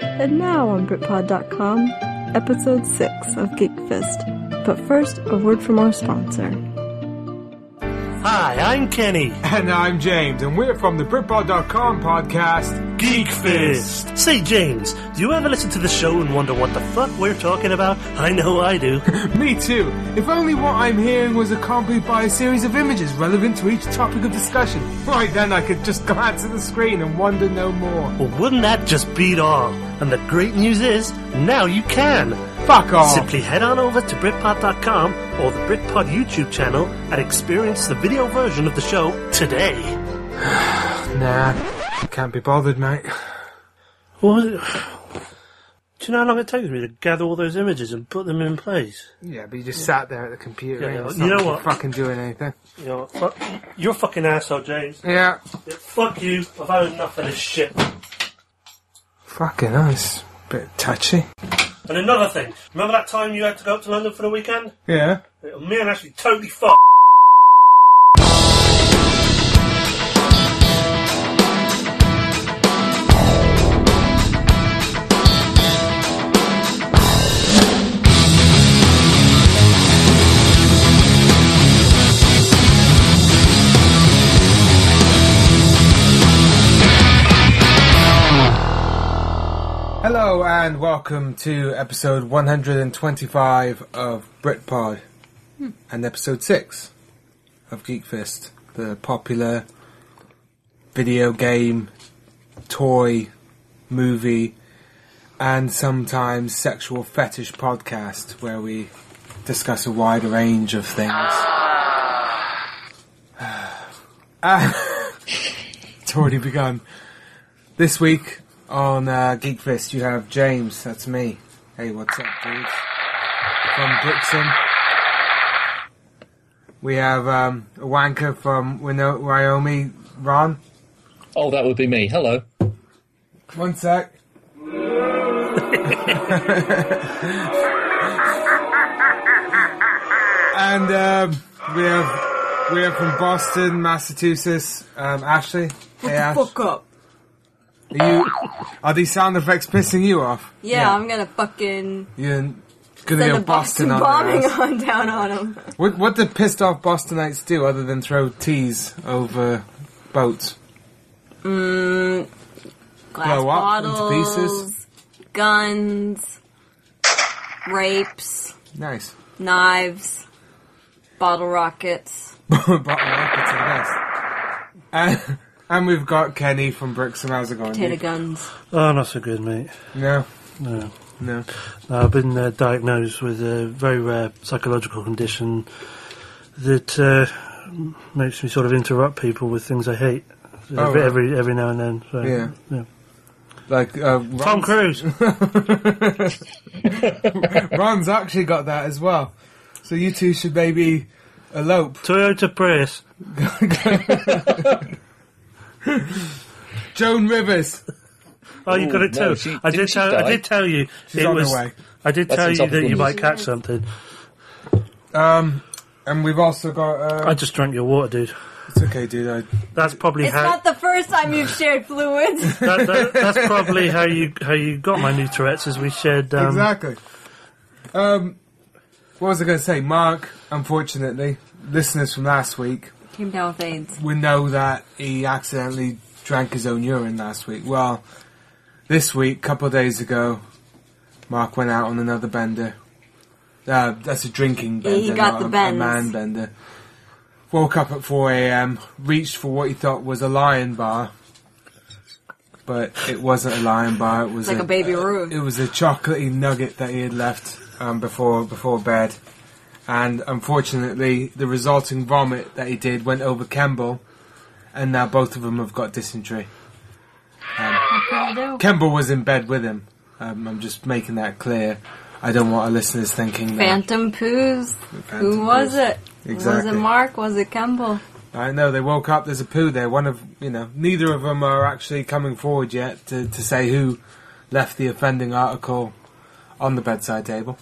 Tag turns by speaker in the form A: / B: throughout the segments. A: And now on BritPod.com, episode 6 of GeekFest. But first, a word from our sponsor.
B: Hi, I'm Kenny.
C: And I'm James, and we're from the BritPod.com podcast.
B: Geek Fist. Say, James, do you ever listen to the show and wonder what the fuck we're talking about? I know I do.
C: Me too. If only what I'm hearing was accompanied by a series of images relevant to each topic of discussion. Right then, I could just glance at the screen and wonder no more.
B: well, wouldn't that just beat all? And the great news is, now you can.
C: Fuck off.
B: Simply head on over to BritPod.com or the BritPod YouTube channel and experience the video version of the show today.
C: Nah, can't be bothered, mate.
B: What? Do you know how long it takes me to gather all those images and put them in place?
C: Yeah, but you just sat there at the computer.
B: Yeah,
C: and it's
B: you
C: not
B: know what?
C: Fucking doing anything.
B: You know, fuck, you're a fucking asshole, James.
C: Yeah.
B: Yeah, Fuck you. I've had enough of this shit.
C: Fucking nice. Bit touchy.
B: And another thing, remember that time you had to go up to London for the weekend?
C: Yeah.
B: Me and Ashley totally fucked.
C: Hello and welcome to episode 125 of Britpod and episode 6 of Geekfest, the popular video game, toy, movie, and sometimes sexual fetish podcast where we discuss a wide range of things. Ah, it's already begun. This week on uh, Geekfest, you have James. That's me. Hey, what's up, dudes? From Brixton. We have um, a wanker from Wino- Wyoming, Ron.
D: Oh, that would be me. Hello.
C: One sec. and um, we have we have from Boston, Massachusetts, um, Ashley. hey, Ash.
E: Fuck up.
C: Are you? Are these sound effects pissing you off?
E: Yeah, I'm gonna fucking
C: You're gonna
E: send
C: go
E: a Boston
C: Boston on
E: bombing
C: us.
E: on down on him.
C: What, what do pissed off Bostonites do other than throw teas over boats?
E: Glass
C: Blow up into
E: bottles,
C: pieces.
E: guns, rapes,
C: Nice.
E: knives, bottle rockets.
C: Bottle rockets are the best. And, and we've got Kenny from Brixham. How's it going?
E: Potato
C: dude?
E: guns.
B: Oh, not so good, mate.
C: No,
B: No.
C: no.
B: No, I've been uh, diagnosed with a very rare psychological condition that uh, makes me sort of interrupt people with things I hate
C: Oh,
B: every,
C: right.
B: every every now and then. So,
C: Yeah. Like uh,
B: Tom
C: Ron's,
B: Cruise.
C: Ron's actually got that as well. So you two should maybe elope.
B: Toyota Prius.
C: Joan Rivers.
B: Oh, you
D: Ooh,
B: got it too.
D: no, she-
B: I
D: didn't
B: did
D: she
B: tell. I
D: die?
B: did tell you.
C: She's
B: it
C: on her
B: was.
C: way.
B: I did
D: That's
B: tell you that
D: insufferable
B: you
D: news.
B: might catch something.
C: Um, and we've also got. Uh,
B: I just drank your water, dude.
C: it's okay, dude. I,
B: That's probably
E: It's
B: how.
E: not the first time you've shared fluids.
B: that, that, that's probably how you how you got my new Tourette's, as we shared. Um,
C: exactly. Um, what was I going to say? Mark, unfortunately, listeners from last week
E: Came down with AIDS.
C: we know that he accidentally drank his own urine last week. Well, this week, couple of days ago, Mark went out on another bender. Uh, that's a drinking
E: Yeah,
C: bender,
E: he got
C: not
E: the
C: a, a
E: bends.
C: man bender. Woke up at 4 a.m., reached for what he thought was a lion bar, but it wasn't a lion bar. It uh, was
E: It's like a baby
C: it
E: roux.
C: was a chocolatey nugget that he had left um, before before bed, and unfortunately, the resulting vomit that he did went over Kemble, and now both of them have got dysentery.
E: Fair
C: Kemble was in bed with him. Um, I'm just making that clear. I don't want our listeners thinking that.
E: Phantom poos.
C: Phantom
E: Who was
C: poos.
E: it?
C: Exactly.
E: Was it Mark? Was it Campbell?
C: I know they woke up. There's a poo there. One of you know, neither of them are actually coming forward yet to, to say who left the offending article on the bedside table.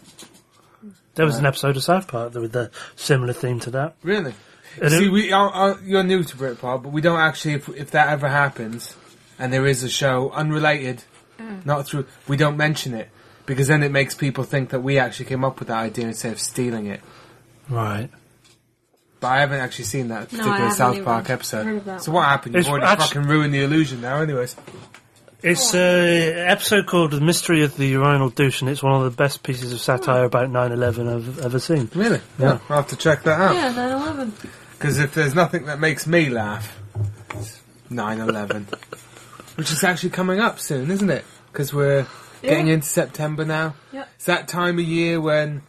B: There was an episode of South Park that with a similar theme to that.
C: Really.
B: And
C: See,
B: it-
C: we are, are, you're new to Britpop, but we don't actually. If, if that ever happens, and there is a show unrelated
E: Mm.
C: Not through. We don't mention it because then it makes people think that we actually came up with that idea instead of stealing it.
B: Right.
C: But I haven't actually seen that
E: No, I
C: particular
E: haven't
C: South
E: even
C: Park episode.
E: heard of that
C: so what happened? You've
B: It's
C: already
B: actu-
C: fucking ruined the illusion now, anyways.
B: It's a episode called "The Mystery of the Urinal Douche," and it's one of the best pieces of satire about 9/11 I've ever seen.
C: Really?
B: Yeah.
C: Well, I'll have to check that out.
E: Yeah, 9/11.
C: Because if there's nothing that makes me laugh, 9 11. Which is actually coming up soon, isn't it? Because we're getting
E: Yeah.
C: into September now.
E: Yep.
C: It's that time of year when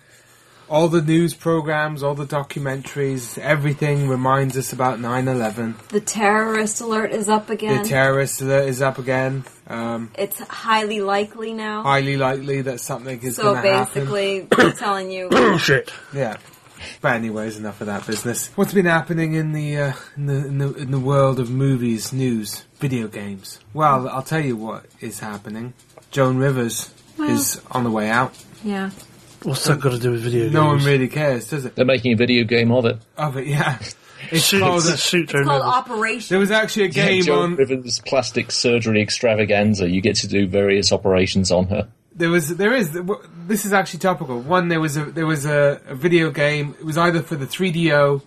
C: all the news programs, all the documentaries, everything reminds us about 9 11.
E: The terrorist alert is up again.
C: The terrorist alert is up again. Um,
E: it's highly likely now.
C: highly likely that something is
E: so
C: going to happen.
E: basically, I'm telling you,
B: Bullshit.
C: Yeah. But anyways, enough of that business. What's been happening in the uh, in the in the, in the world of movies, news, video games? Well, I'll tell you what is happening. Joan Rivers is on the way out.
E: yeah.
B: What's that got to do with video
C: No one
B: games?
C: really cares, does it?
D: They're making a video game of it.
C: Oh, but yeah, it's
B: Shoot,
C: called.
B: shoot
E: It's
B: Joan
E: called
B: Rivers.
E: Operation.
C: There was actually a game
D: Joan
C: on.
D: Rivers' plastic surgery extravaganza. You get to do various operations on her.
C: There was. There is. w- This is actually topical. One, there was a there was a, a video game. It was either for the 3DO,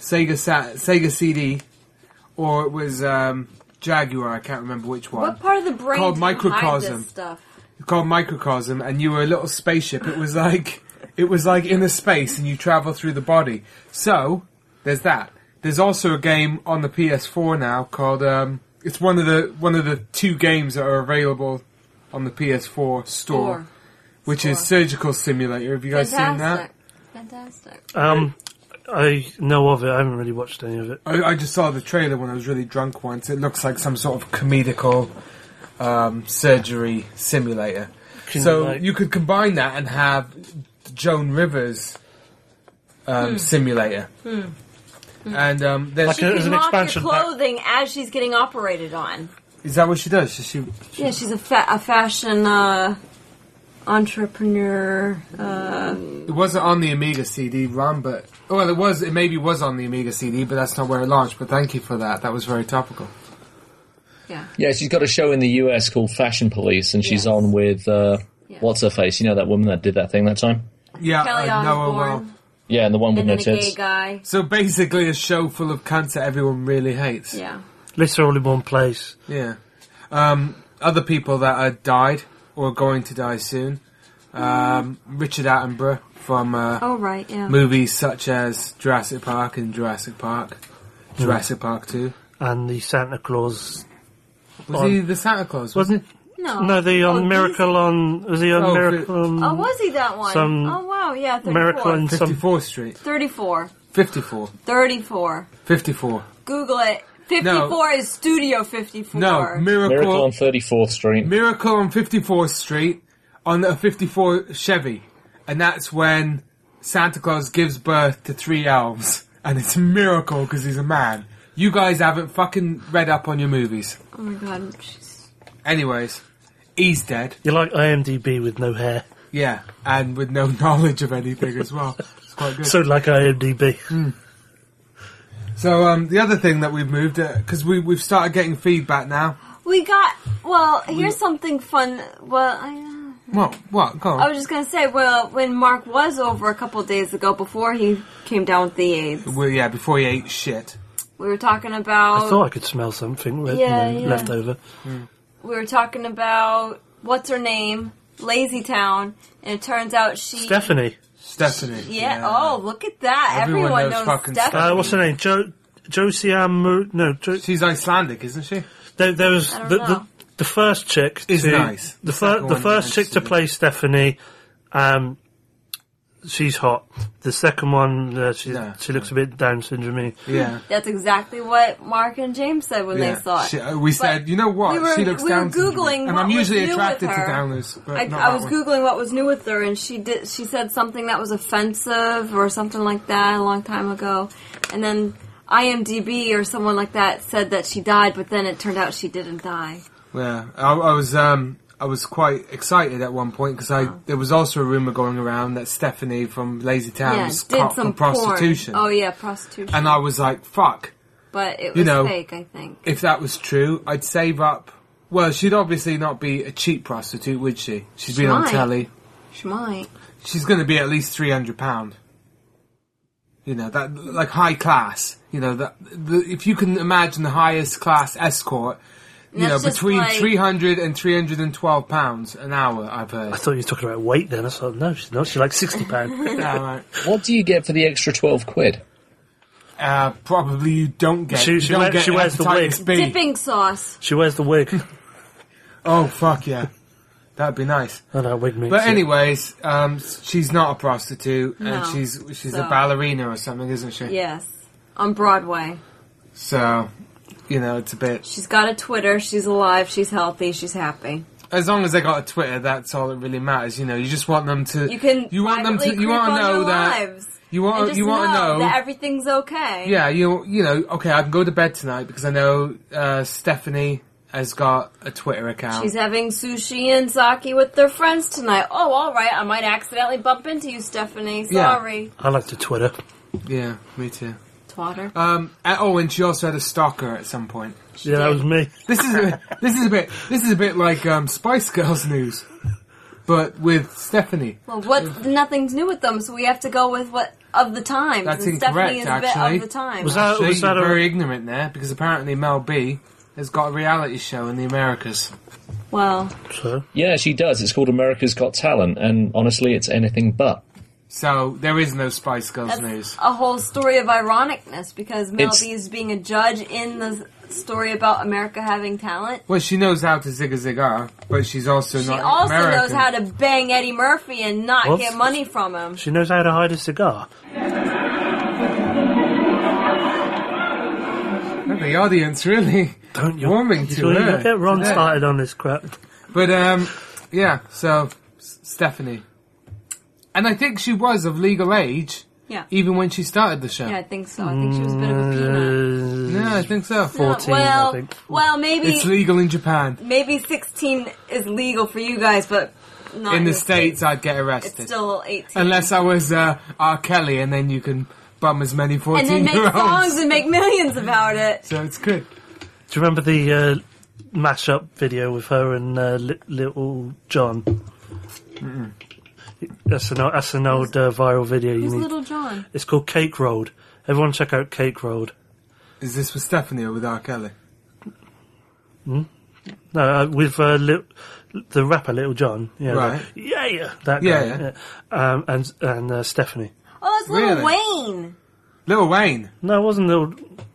C: Sega Sa- Sega CD, or it was um, Jaguar. I can't remember which one.
E: What part of the brain
C: Called
E: do you hide
C: microcosm.
E: this stuff?
C: called Microcosm, and you were a little spaceship. It was like it was like in a space, and you travel through the body. So there's that. There's also a game on the PS4 now called. Um, it's one of the one of the two games that are available on the PS4 store,
E: Or
C: which is
E: Store.
C: Surgical Simulator. Have you guys
E: fantastic, fantastic.
B: Um, I know of it. I haven't really watched any of it.
C: seen that? I, I just saw the trailer when I was really drunk once. It looks like some sort of comedical um, surgery simulator.
B: Can
C: so
B: like-
C: you could combine that and have Joan Rivers um, simulator, and um, there's,
B: Like
E: She
B: It
E: can
B: was an
E: mock
B: expansion
E: your
B: pack.
E: clothing as she's getting operated on.
C: is that what she does? Does she,
E: Yeah, she's a, fa- a fashion uh, entrepreneur. Uh,
C: it wasn't on the Amiga CD ROM, but oh, well, it was. It maybe was on the Amiga CD, but that's not where it launched. But thank you for that. That was very topical.
E: yeah,
D: Yeah, she's got a show in the US called Fashion Police, and she's
E: Yes.
D: on with uh,
E: Yeah.
D: what's her face? You know that woman that did that thing that time.
C: Yeah,
E: Kelly
C: I know her well.
E: Osbourne,
D: Yeah, and the one with
E: and
D: no
E: then a gay
D: tits.
E: guy.
C: So basically, a show full of cunts that everyone really hates.
E: Yeah,
B: Lists are all in one place.
C: Yeah. Um, other people that are died or are going to die soon. Um, Richard Attenborough from uh,
E: oh right, yeah.
C: movies such as Jurassic Park and Jurassic Park,
B: Hmm.
C: Jurassic Park Two.
B: And the Santa Claus
C: Was
B: On-
C: he the Santa Claus?
B: wasn't.
E: No,
B: No, the
E: Oh,
B: on
E: he's-
B: Miracle on was he on
C: Oh,
B: Miracle on
E: Oh, was he that one?
B: Some
E: oh wow, yeah, 34.
B: Miracle on
C: Fifty
B: some
C: Fourth Street.
E: 34,
C: 54.
E: 34.
C: 54.
E: Google it. 54 is Studio 54.
C: No,
D: Miracle on
C: Miracle.
D: 34th Street.
C: Miracle on 54th Street on a 54 Chevy. And that's when Santa Claus gives birth to three elves. And it's a miracle because he's a man. You guys haven't fucking read up on your movies.
E: oh my god, she's
C: Anyways, he's dead.
B: You're like IMDb with no hair.
C: Yeah, and with no knowledge of anything as well. It's quite good.
B: So like IMDb.
C: So um, the other thing that we've moved because we we've started getting feedback now.
E: We got well. Here's something fun. Well, I,
C: What? What? Go on.
E: I was just gonna say. Well, when Mark was over a couple days ago, before he came down with the AIDS,
C: Well, yeah, before he ate shit.
E: we were talking
B: I thought
E: about
B: I could smell something with
E: Oh. Yeah,
B: you know,
E: yeah.
B: left over.
E: we were talking about what's her name, Lazy Town, and it turns out she.
B: Stephanie.
C: Stephanie.
E: Yeah. Oh, look at that!
C: Everyone
E: Everyone,
C: knows
E: knows,
C: fucking
E: Stephanie.
B: Uh, what's her name? Jo Josiane Mo- no, jo-
C: She's Icelandic, isn't she?
B: there, there was
E: I don't
B: the, the
E: know.
B: the first chick
C: Is
B: to,
C: nice.
B: The,
C: It's that
B: fir-
C: the
B: the
C: one
B: first
C: I'm
B: chick to
C: interested in.
B: play Stephanie, um, she's hot. The second one, uh, she
C: No,
B: she looks a bit Down syndrome.
E: Hmm.
C: Yeah.
E: That's exactly what Mark and James said when
C: yeah.
E: they saw it.
C: She- uh, we said, you know what?
E: we were-
C: she looks
E: we were
C: down. syndrome.
E: Googling
C: and
E: what
C: I'm
E: was
C: usually
E: new with
C: attracted to
E: her.
C: downers, but
E: I,
C: not
E: I
C: that
E: was
C: one.
E: googling what was new with her, and she did. She said something that was offensive or something like that a long time ago, and then IMDb or someone like that said that she died, but then it turned out she didn't die.
C: Yeah, I, I was um, I was quite excited at one point because I there was also a rumor going around that Stephanie from Lazy Town
E: yeah,
C: was
E: did
C: caught
E: some
C: for prostitution,
E: Porn. Oh yeah, prostitution.
C: and I was like, fuck.
E: but it was
C: you know,
E: fake, I think.
C: If that was true, I'd save up Well, she'd obviously not be a cheap prostitute, would she? She's been on
E: might.
C: telly.
E: She might.
C: She's going to be at least three hundred pound. You know that, like high class. You know that the, if you can imagine the highest class escort. You know,
E: That's just
C: between
E: like-
C: 300 and 312 pounds an hour, I've heard.
B: I thought you were talking about weight then. I thought, no, she's not. She's like 60 pounds.
C: Yeah, right.
D: What do you get for the extra 12 quid?
C: Uh, probably you don't get.
B: She-
C: you
B: she
C: don't
B: wear-
C: get
B: she wears the
C: hepatitis
B: wig.
C: B.
E: Dipping sauce.
B: she wears the wig.
C: Oh fuck yeah, that'd be nice.
B: I know, wig means.
C: But anyways, um, she's not a prostitute, and
E: No.
C: she's she's
E: So-
C: a ballerina or something, isn't she?
E: Yes. On Broadway.
C: So, you know, it's a bit.
E: She's got a Twitter. She's alive. She's healthy. She's happy.
C: As long as they got a Twitter, that's all that really matters. You know, you just want them to.
E: You can.
C: You want them to.
E: privately
C: You
E: creep
C: want to
E: on
C: know
E: their
C: that.
E: lives
C: You
E: and
C: want.
E: just
C: uh, You want to know.
E: that everything's okay.
C: yeah, you you know. Okay, I can go to bed tonight because I know uh, Stephanie has got a Twitter account.
E: She's having sushi and sake with their friends tonight. Oh, all right. I might accidentally bump into you, Stephanie.
C: Yeah.
E: Sorry,
B: I like to Twitter.
C: yeah, me too.
E: twatter.
C: Um, and- oh, and she also had a stalker at some point.
B: Yeah, that was me.
C: This is a, this is a bit this is a bit like um, Spice Girls news, but with Stephanie.
E: Well, what? Nothing's new with them, so we have to go with what of the times.
C: That's
E: and Stephanie
C: incorrect,
E: is a
C: actually.
E: bit of the times.
B: Was that,
C: So
B: was
C: you're
B: that
C: very
B: a,
C: ignorant there because apparently Mel B has got a reality show in the Americas.
E: well,
B: so,
D: Yeah, she does. It's called America's Got Talent, and honestly, it's anything but.
C: So there is no Spice Girls
E: that's
C: news.
E: a whole story of ironicness because Mel
D: It's-
E: B is being a judge in the story about America having talent.
C: Well, she knows how to zig a ziggar, but she's also
E: She
C: not
E: also
C: American.
E: knows how to bang Eddie Murphy and not
B: Whoops.
E: get money from him.
B: she knows how to hide a cigar.
C: And the audience really
B: Don't you?
C: warming to
B: Don't you
C: her.
B: get Ron
C: today.
B: started on this crap.
C: But um, yeah. So S- Stephanie, and I think she was of legal age
E: Yeah.
C: even when she started the show.
E: Yeah, I think so. I think she was a bit of a peanut.
B: Uh,
C: Yeah, I think so.
B: 14, I
E: well,
B: think.
E: well, maybe
C: It's legal in Japan.
E: maybe 16 is legal for you guys, but not
C: In the
E: States.
C: States, I'd get
E: It's
C: arrested.
E: still 18.
C: Unless I was uh, R. Kelly, and then you can bum as many
E: and then make
C: 14-year-olds.
E: songs and make millions about it.
C: So it's good.
B: Do you remember the uh, mash-up video with her and uh, li- Little John? That's an old, that's an old uh, viral video. You
E: Who's
B: need.
E: Little John?
B: It's called Cake Road. Everyone check out Cake Road.
C: Is this with Stephanie or with R. Kelly?
B: No, uh, with uh, Lil- the rapper Little John. Yeah,
C: Right.
B: the- yeah, yeah. That
C: Yeah,
B: guy,
C: yeah.
B: yeah. Um, and and uh, Stephanie.
E: Oh, it's Little
C: Really?
E: Wayne.
C: Lil Wayne.
B: No, it wasn't Little.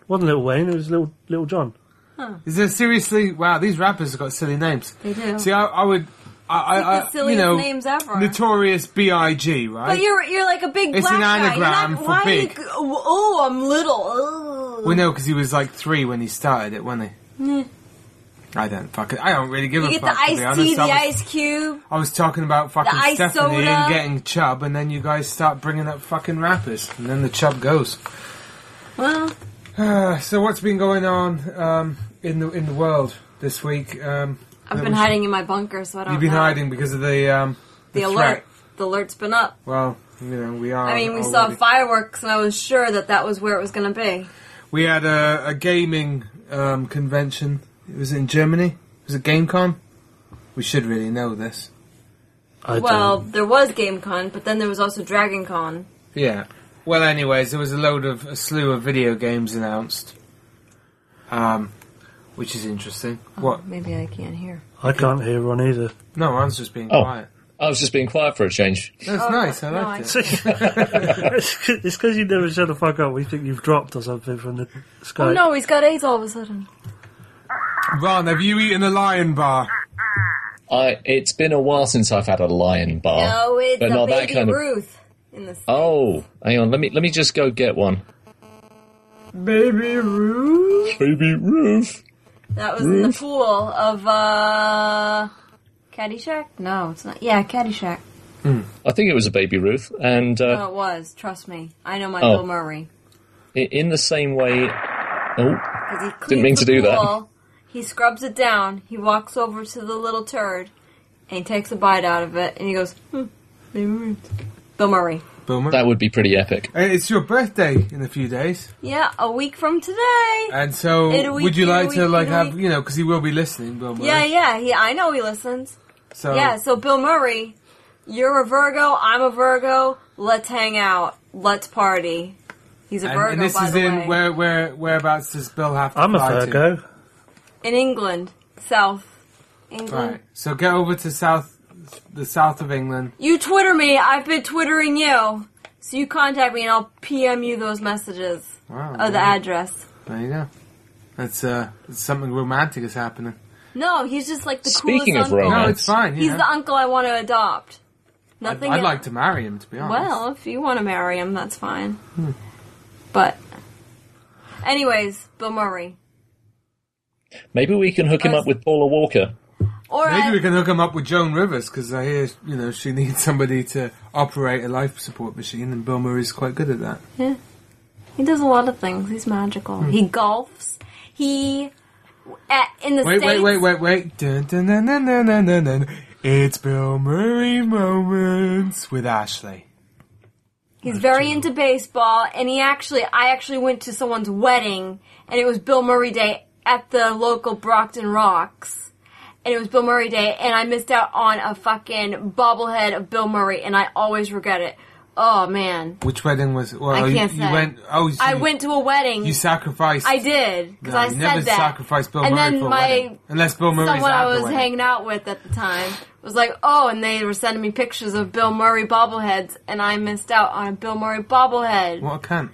B: Wasn't Little Wayne? It was Little Little John.
C: Is there seriously? Wow, these rappers have got silly names.
E: They do.
C: See, I, I would. I, I,
E: Like
C: I-
E: the silliest
C: you know,
E: names ever.
C: Notorious B.I.G. Right?
E: but you're you're like a big
C: It's
E: black
C: an
E: guy. You're
C: anagram
E: not,
C: for
E: why
C: big.
E: Are you, oh, I'm little.
C: we
E: Ugh.
C: know because he was like three when he started it, wasn't he? I don't fucking. I don't really give
E: You
C: a
E: get the
C: fuck. to
E: ice
C: be honest.
E: tea, the
C: I was
E: ice cube.
C: I was talking about fucking
E: The ice
C: Stephanie and
E: soda.
C: getting Chubb, and then you guys start bringing up fucking rappers, and then the Chubb goes.
E: Well,
C: Uh, so what's been going on um, in the in the world this week? Um,
E: I've
C: that
E: been
C: we-
E: hiding in my bunker, so I don't.
C: You've been
E: know.
C: hiding because of the Oh, um,
E: Oh, The, alert.
C: threat.
E: The alert's been up.
C: Well, you know we are.
E: I mean, we saw
C: already-
E: fireworks, and I was sure that that was where it was going to be.
C: we had a, a gaming um, convention. It was in Germany. It was a GameCon. We should really know this.
B: I
E: well,
B: don't.
E: there was GameCon, but then there was also DragonCon.
C: Yeah. Well, anyways, there was a load of a slew of video games announced, um, which is interesting.
E: Oh.
C: What?
E: Maybe I can't hear.
B: I can't hear Ron either.
C: No, I was just being
D: Oh.
C: quiet.
D: I was just being quiet for a change.
C: That's
E: Oh,
C: nice. I
E: no,
C: liked
E: I-
C: it.
B: it's because you never shut the fuck up. We think you've dropped or something from the sky.
E: Oh no, he's got AIDS all of a sudden.
C: Ron, have you eaten a lion bar?
D: I it's been a while since I've had a lion bar.
E: Oh, No, it's
D: but
E: a
D: not that
E: baby
D: kind of.
E: Ruth. In the
D: Oh, hang on. Let me let me just go get one.
C: Baby Ruth.
D: Baby Ruth.
E: that was in the pool of uh, Caddyshack. No, it's not. Yeah, Caddyshack.
D: I think it was a baby Ruth, and uh,
E: No, it was. Trust me, I know my
D: Oh.
E: Bill Murray
D: i- in the same way. Oh,
E: because he cleans
D: Didn't mean
E: the
D: to do that.
E: pool, He scrubs it down. He walks over to the little turd, and he takes a bite out of it, and he goes, "Hmm, baby Ruth." Bill Murray.
C: Boomer.
D: That would be pretty epic.
C: Uh, it's your birthday in a few days,
E: Yeah, a week from today.
C: and so
E: In a week,
C: would you
E: in a
C: like to
E: week,
C: like
E: in a
C: have
E: week.
C: you know because he will be listening, Bill Murray.
E: yeah, yeah, yeah. I know he listens.
C: So
E: yeah, so Bill Murray, you're a Virgo. I'm a Virgo. Let's hang out. Let's party. He's a
C: and,
E: Virgo,
C: and this
E: by
C: is
E: the
C: in
E: way.
C: where where whereabouts does Bill have to
B: I'm a
C: fly to?
B: Virgo.
E: In England, South England.
C: Right. So get over to south the south of England.
E: You Twitter me. I've been twittering you. So you contact me and I'll PM you those messages.
C: Wow.
E: Oh, the address.
C: There you go. That's uh something romantic is happening.
E: No, he's just like the
D: Speaking
E: coolest
D: of
E: uncle.
C: No,
D: romance,
C: it's fine. you
E: He's
C: know.
E: the uncle I want to adopt.
C: I'd,
E: Nothing.
C: I'd
E: else.
C: like to marry him, to be honest.
E: Well, if you want to marry him, that's fine. But, anyways, Bill Murray.
D: Maybe we can hook him up with Paula Walker.
E: Or
C: maybe
E: I-
C: we can hook him up with Joan Rivers because I hear you know she needs somebody to operate a life support machine, and Bill Murray's quite good at that.
E: he does a lot of things. He's magical.
C: Hmm.
E: He golfs. He at, in the
C: Wait,
E: states.
C: wait, wait, wait, wait. Dun, dun, dun, dun, dun, dun, dun, dun. It's Bill Murray moments with Ashley.
E: He's very into baseball, and he actually, I actually went to someone's wedding, and it was Bill Murray Day at the local Brockton Rocks. And it was Bill Murray Day, and I missed out on a fucking bobblehead of Bill Murray, and I always regret it. Oh man,
C: Which wedding was? Well,
E: I
C: you,
E: can't
C: you
E: say.
C: went. Oh, so
E: I
C: you,
E: went to a wedding.
C: You sacrificed.
E: I did because
C: No,
E: I
C: you
E: said
C: never
E: that.
C: sacrificed Bill
E: and
C: Murray
E: then
C: for a
E: my
C: wedding. Unless Bill Murray's
E: someone
C: at
E: I
C: the
E: was
C: wedding.
E: hanging out with at the time was like, oh, and they were sending me pictures of Bill Murray bobbleheads, and I missed out on a Bill Murray bobblehead.
C: What Oh a cunt.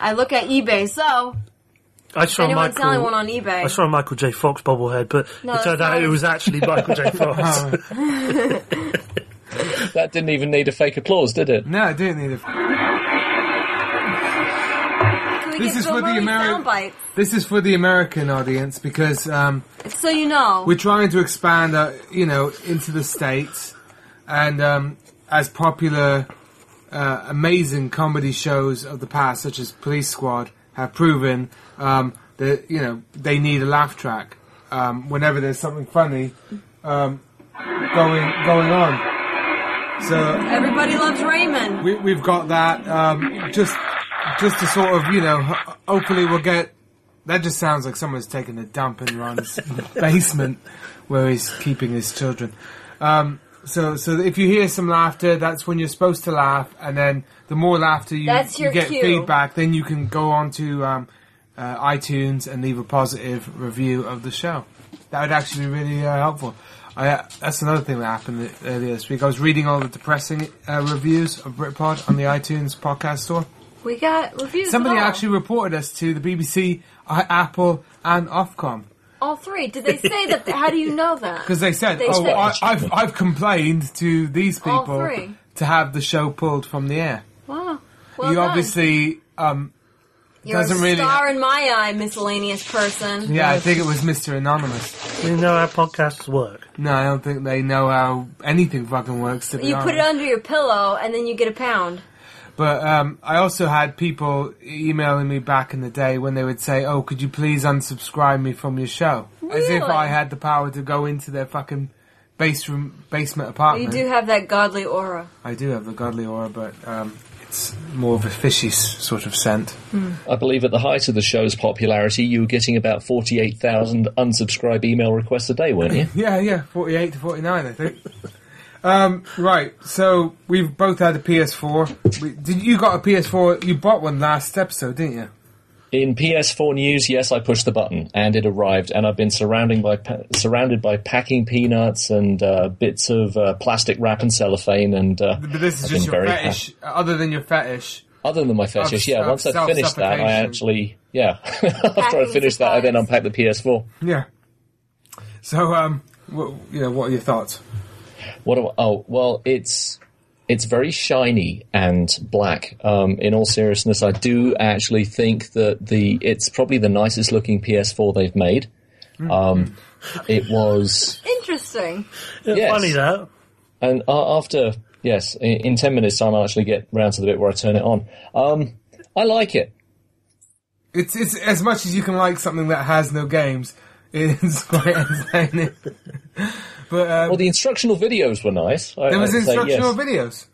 E: I look at eBay, so
B: I saw
E: anyone's
B: Michael.
E: selling one on
B: I
E: eBay.
B: saw a Michael J. Fox bobblehead, but
E: No,
B: it
E: that's
B: turned
E: not
B: out it
E: it.
B: was actually Michael J. Fox.
C: Oh,
D: That didn't even need a fake applause, did it?
C: no, I didn't need a.
E: Can we
C: This
E: get
C: is
E: Bill
C: for the
E: Murray
C: Ameri-
E: sound bites?
C: This is for the American audience because um,
E: It's so you know.
C: we're trying to expand, uh, you know, into the states, and um, as popular, uh, amazing comedy shows of the past, such as Police Squad, have proven um, that you know they need a laugh track um, whenever there's something funny um, going going on. So
E: Everybody loves Raymond.
C: we, we've got that um, just just to sort of you know ho- hopefully we'll get that just sounds like someone's taking a dump in Ron's basement where he's keeping his children um, so so if you hear some laughter that's when you're supposed to laugh and then the more laughter you,
E: That's
C: you
E: your
C: get
E: cue.
C: feedback then you can go on to um, uh, iTunes and leave a positive review of the show that would actually be really uh, helpful. I, uh, that's another thing that happened th- earlier this week. I was reading all the depressing uh, reviews of Britpod on the iTunes podcast store.
E: We got reviews. of
C: Somebody
E: all.
C: actually reported us to the BBC, I, uh, Apple, and Ofcom
E: all three. Did they say that? How do you know that?
C: because they said,
E: They
C: "Oh,
E: said-
C: I, I've I've complained to these
E: All
C: people
E: three.
C: to have the show pulled from the air."
E: Wow. Well
C: you
E: done.
C: obviously, um,
E: You're
C: doesn't
E: a
C: really-
E: star in my eye, miscellaneous person.
C: yeah, I think it was Mr. Anonymous.
B: you know how podcasts work.
C: No, I don't think they know how anything fucking works. To be
E: You put
C: honest.
E: it under your pillow and then you get a pound.
C: But um, I also had people emailing me back in the day when they would say, "Oh, could you please unsubscribe me from your show?" As if
E: Really?
C: I had the power to go into their fucking base room, basement
E: You
C: apartment.
E: do have that godly aura.
C: I do have the godly aura, but um, it's more of a fishy s- sort of scent.
D: I believe at the height of the show's popularity, you were getting about 48,000 unsubscribe email requests a day, weren't you?
C: Yeah, yeah, forty-eight to forty-nine, I think. um, right, so we've both had a PS4. We, did you got a PS4? You bought one last episode, didn't you?
D: In PS4 news, yes, I pushed the button and it arrived, and I've been surrounding by pa- surrounded by packing peanuts and uh, bits of uh, plastic wrap and cellophane, and uh,
C: But this is
D: I've
C: just
D: been
C: your
D: very
C: fetish. uh, Other than your fetish,
D: happy. Other than my
C: Of-
D: fetish, yeah.
C: of
D: Once I finished that, I
C: self-suffocation.
D: actually, yeah. After I
E: Packing
D: finished that, I then
E: supplies.
D: unpacked the PS4.
C: yeah. So, um, what, you know, what are your thoughts?
D: What? Do I, oh, well, it's it's very shiny and black. Um, in all seriousness, I do actually think that the it's probably the nicest looking PS4 they've made.
C: Mm.
D: Um, it was,
E: Interesting.
B: It's
D: Yes.
B: funny that.
D: and a- after yes, in, in ten minutes time, I'll actually get round to the bit where I turn it on. Um, I like it.
C: It's it's as much as you can like something that has no games. It's quite entertaining. but um,
D: Well, the instructional videos were nice. I,
C: there was
D: I'd say yes.
C: instructional videos.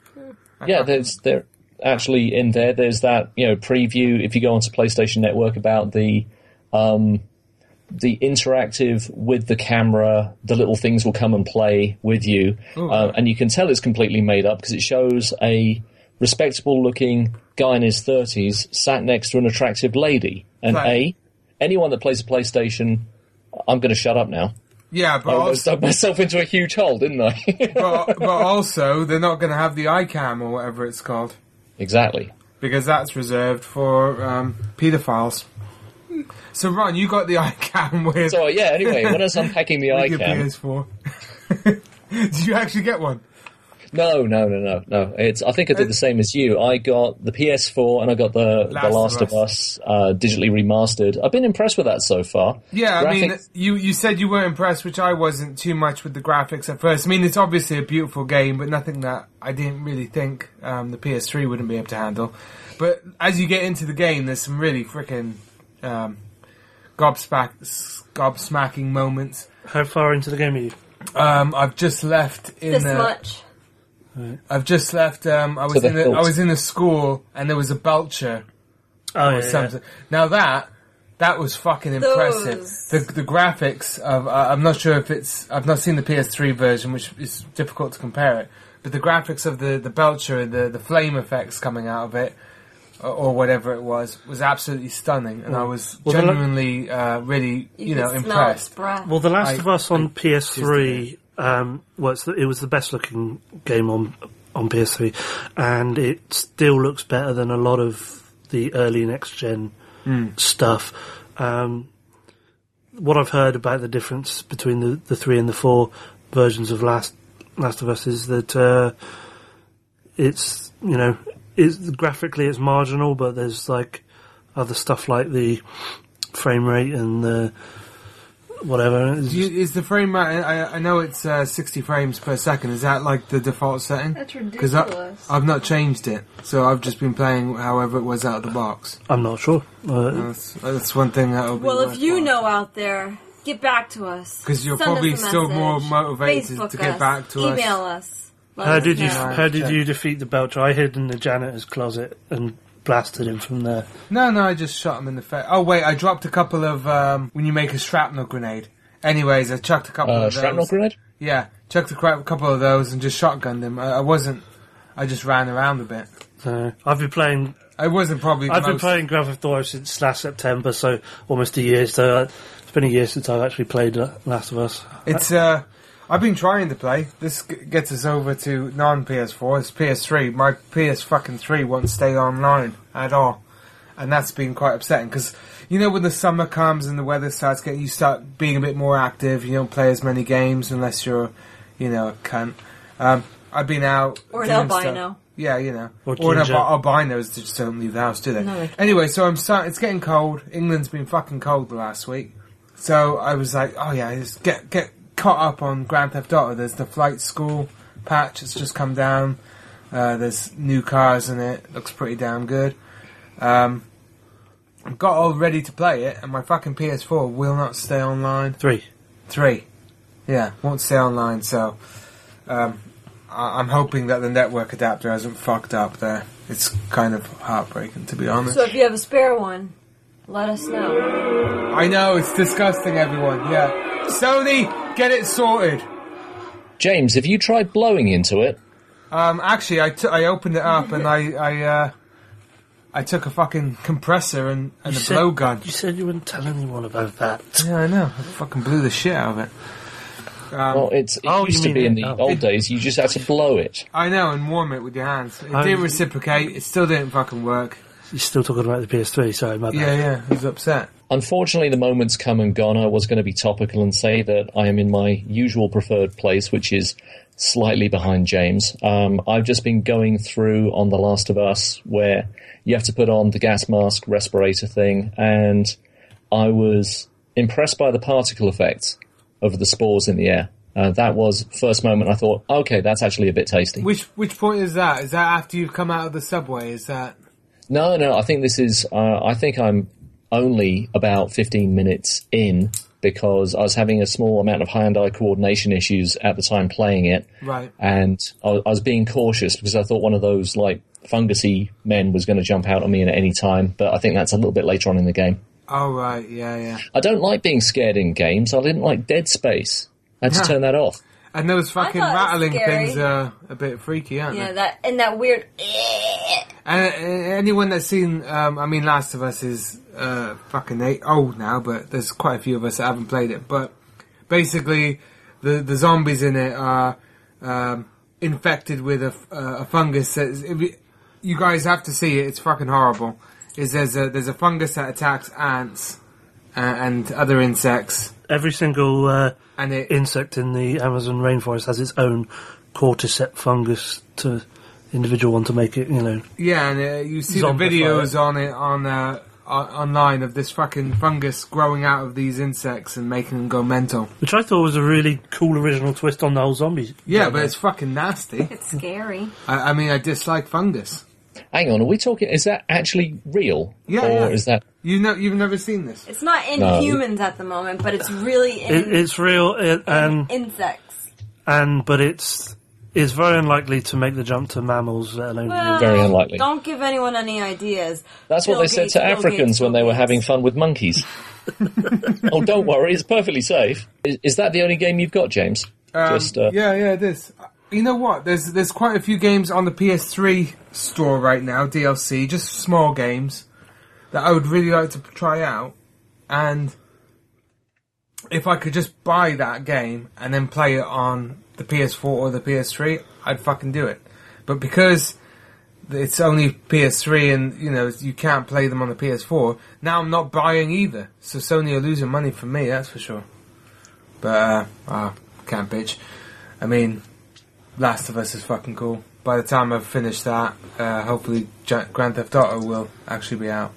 D: yeah, there's there actually in there. There's that you know preview if you go onto PlayStation Network about the um, the interactive with the camera. The little things will come and play with you, uh, and you can tell it's completely made up because it shows a respectable looking guy in his thirties sat next to an attractive lady. And
C: Right.
D: a anyone that plays a PlayStation, I'm going to shut up now.
C: Yeah, but
D: I almost
C: also,
D: dug myself into a huge hole, didn't I?
C: but, but also they're not going to have the iCam or whatever it's called
D: exactly.
C: because that's reserved for um, paedophiles. So Ron, you got the iCam with
D: So uh, yeah. Anyway, when I was unpacking the
C: with your
D: iCam,
C: PS4. Did you actually get one?
D: no, no, no, no, no. It's. I think I did the same as you. I got the PS4 and I got the
C: Last
D: the
C: of
D: Last of Us, uh, digitally remastered. I've been impressed with that so far.
C: Yeah, I mean,
D: Graphics-
C: you, you said you were impressed, which I wasn't too much with the graphics at first. I mean, it's obviously a beautiful game, but nothing that I didn't really think um, the PS3 wouldn't be able to handle. But as you get into the game, there's some really freaking um, gobsmack, gobsmacking moments.
B: How far into the game are you?
C: Um, I've just left in
E: This
C: the.
E: much.
C: I've just left. Um, I was
D: the
C: in. A,
D: hilt.
C: I was in a school, and there was a belcher.
B: Oh,
C: or something. Now that that was fucking impressive.
E: Those.
C: The the graphics of uh, I'm not sure if it's I've not seen the PS3 version, which is difficult to compare it. But the graphics of the the Belcher, the the flame effects coming out of it, or, or whatever it was, was absolutely stunning, and I was
B: Well, the lo-
C: genuinely uh, really you, know
E: can smell its
C: impressed.
E: breath.
B: Well, The Last
C: I-
B: of Us on
C: the
B: PS3 um, was the, it was the best looking game on on PS3, and it still looks better than a lot of the early next gen stuff. Um, what I've heard about the difference between the, the three and the four versions of Last Last of Us is that uh, it's you know it's graphically it's marginal, but there's like other stuff like the frame rate and the whatever. It's
C: Do you- is the frame rate? I, I know it's uh, 60 frames per second. Is that like the default setting?
E: That's
C: 'Cause I-
E: ridiculous.
C: I've not changed it, so I've just been playing however it was out of the box.
B: I'm not sure. Uh,
C: That's, that's one thing that will be
E: Well, if you know out there, get back to us.
C: Because you're
E: Send us
C: probably
E: a
C: still more
E: message.
C: motivated
E: Facebook
C: to get
E: us.
C: back to us.
E: Email us. Let
B: how
E: us
B: did you
E: know.
C: Right,
B: How did
C: okay.
B: you defeat the Belcher? I hid in the janitor's closet and blasted him from there.
C: No, no, I just shot him in the face. Oh wait, I dropped a couple of um, when you make a shrapnel grenade. Anyways, I chucked a couple
D: Uh,
C: of those.
D: shrapnel grenade.
C: Yeah, chucked a cra- couple of those and just shotgunned him. I, I wasn't. I just ran around a bit.
B: So I've been playing.
C: I wasn't probably. The
B: I've been
C: most-
B: playing Grand Theft Auto since last September, so almost a year. So uh, it's been a year since I've actually played uh, Last of Us.
C: It's uh, I've been trying to play. This g- gets us over to non PS4. It's PS3. My PS fucking three won't stay online at all, and that's been quite upsetting because you know when the summer comes and the weather starts getting, you start being a bit more active. You don't play as many games unless you're, you know, a cunt. Um, I've been out
E: Or an
C: doing
E: albino.
C: stuff. Yeah, you know,
B: Or
C: or an
B: ginger.
C: albi- albinos just don't leave the house, do they?
E: No, they can't.
C: anyway, so I'm start. It's getting cold. England's been fucking cold the last week. So I was like, oh yeah, just get get caught up on Grand Theft Auto. There's the flight school patch that's just come down. Uh, there's new cars in it. Looks pretty damn good. Um, I've got all ready to play it, and my fucking PS4 will not stay online.
B: Three.
C: Three, yeah, won't stay online. So um, I- I'm hoping that the network adapter hasn't fucked up there. It's kind of heartbreaking, to be honest.
E: So if you have a spare one, let us know.
C: I know, it's disgusting, everyone. Yeah. Sony, get it sorted.
D: James, have you tried blowing into it?
C: Um, actually, I, t- I opened it up and I, I, uh, I took a fucking compressor and, and a
B: You said-
C: blowgun.
B: You said you wouldn't tell anyone about that.
C: Yeah, I know. I fucking blew the shit out of it. Um,
D: Well, it's it
B: Oh, you
D: used to
B: mean
D: be in
B: it-
D: the
B: oh.
D: old days. You just had to blow it.
C: I know, and warm it with your hands. It
B: I-
C: didn't reciprocate. It still didn't fucking work.
B: You're still talking about the PS3. Sorry, my bad.
C: Yeah, yeah. I was upset.
D: Unfortunately, the moment's come and gone. I was going to be topical and say that I am in my usual preferred place, which is slightly behind James. Um, I've just been going through on The Last of Us where you have to put on the gas mask respirator thing, and I was impressed by the particle effects of the spores in the air. Uh, that was first moment I thought, okay, that's actually a bit tasty.
C: Which which point is that? Is that after you've come out of the subway? Is that
D: No, no, I think this is. Uh, I think I'm only about 15 minutes in because I was having a small amount of hand-eye coordination issues at the time playing it.
C: Right.
D: And I, I was being cautious because I thought one of those like fungusy men was going to jump out at me at any time, but I think that's a little bit later on in the game.
C: Oh right, yeah, yeah.
D: I don't like being scared in games. I didn't like Dead Space. I had to turn that off.
C: And those fucking
E: thought it
C: rattling
E: was scary.
C: things are a bit freaky, aren't
E: Yeah,
C: they?
E: that and that weird.
C: And uh, anyone that's seen, um, I mean, Last of Us is uh, fucking eight, old now, but there's quite a few of us that haven't played it. But basically, the the zombies in it are um, infected with a, f- uh, a fungus. That is, if you, you guys have to see it; it's fucking horrible. Is there's a there's a fungus that attacks ants uh, and other insects,
B: Every single uh,
C: and it
B: insect in the Amazon rainforest has its own cordyceps fungus to individual one to make it, you know.
C: Yeah, and uh, you see
B: Zombify
C: the videos
B: it.
C: on it on uh, on- online of this fucking fungus growing out of these insects and making them go mental.
B: Which I thought was a really cool original twist on the whole zombie.
C: Yeah, but it's fucking nasty.
E: It's scary.
C: I, I mean, I dislike fungus.
D: Hang on, are we talking? Is that actually real?
C: Yeah,
D: Or
C: yeah.
D: is that?
C: You know, you've never seen this.
E: It's not in
D: No.
E: humans at the moment, but it's really in
B: It, it's real, it, and
E: insects.
B: and but it's it's very unlikely to make the jump to mammals, let alone.
E: Well,
D: Very unlikely.
E: Don't give anyone any ideas.
D: That's what
E: Bill
D: they said
E: Gates,
D: to
E: Bill
D: Africans
E: Gates,
D: when
E: Bill
D: they were
E: Gates.
D: having fun with monkeys. oh, don't worry, it's perfectly safe. Is, is that the only game you've got, James?
C: Um,
D: Just uh,
C: yeah, yeah, it is. You know what? There's there's quite a few games on the PS3 store right now, DLC, just small games that I would really like to try out, and if I could just buy that game and then play it on the PS4 or the PS3, I'd fucking do it. But because it's only PS3 and you know you can't play them on the PS4, now I'm not buying either. So Sony are losing money for me, that's for sure. But uh, ah, can't bitch. I mean, Last of Us is fucking cool. By the time I've finished that, uh, hopefully Ja- Grand Theft Auto will actually be out.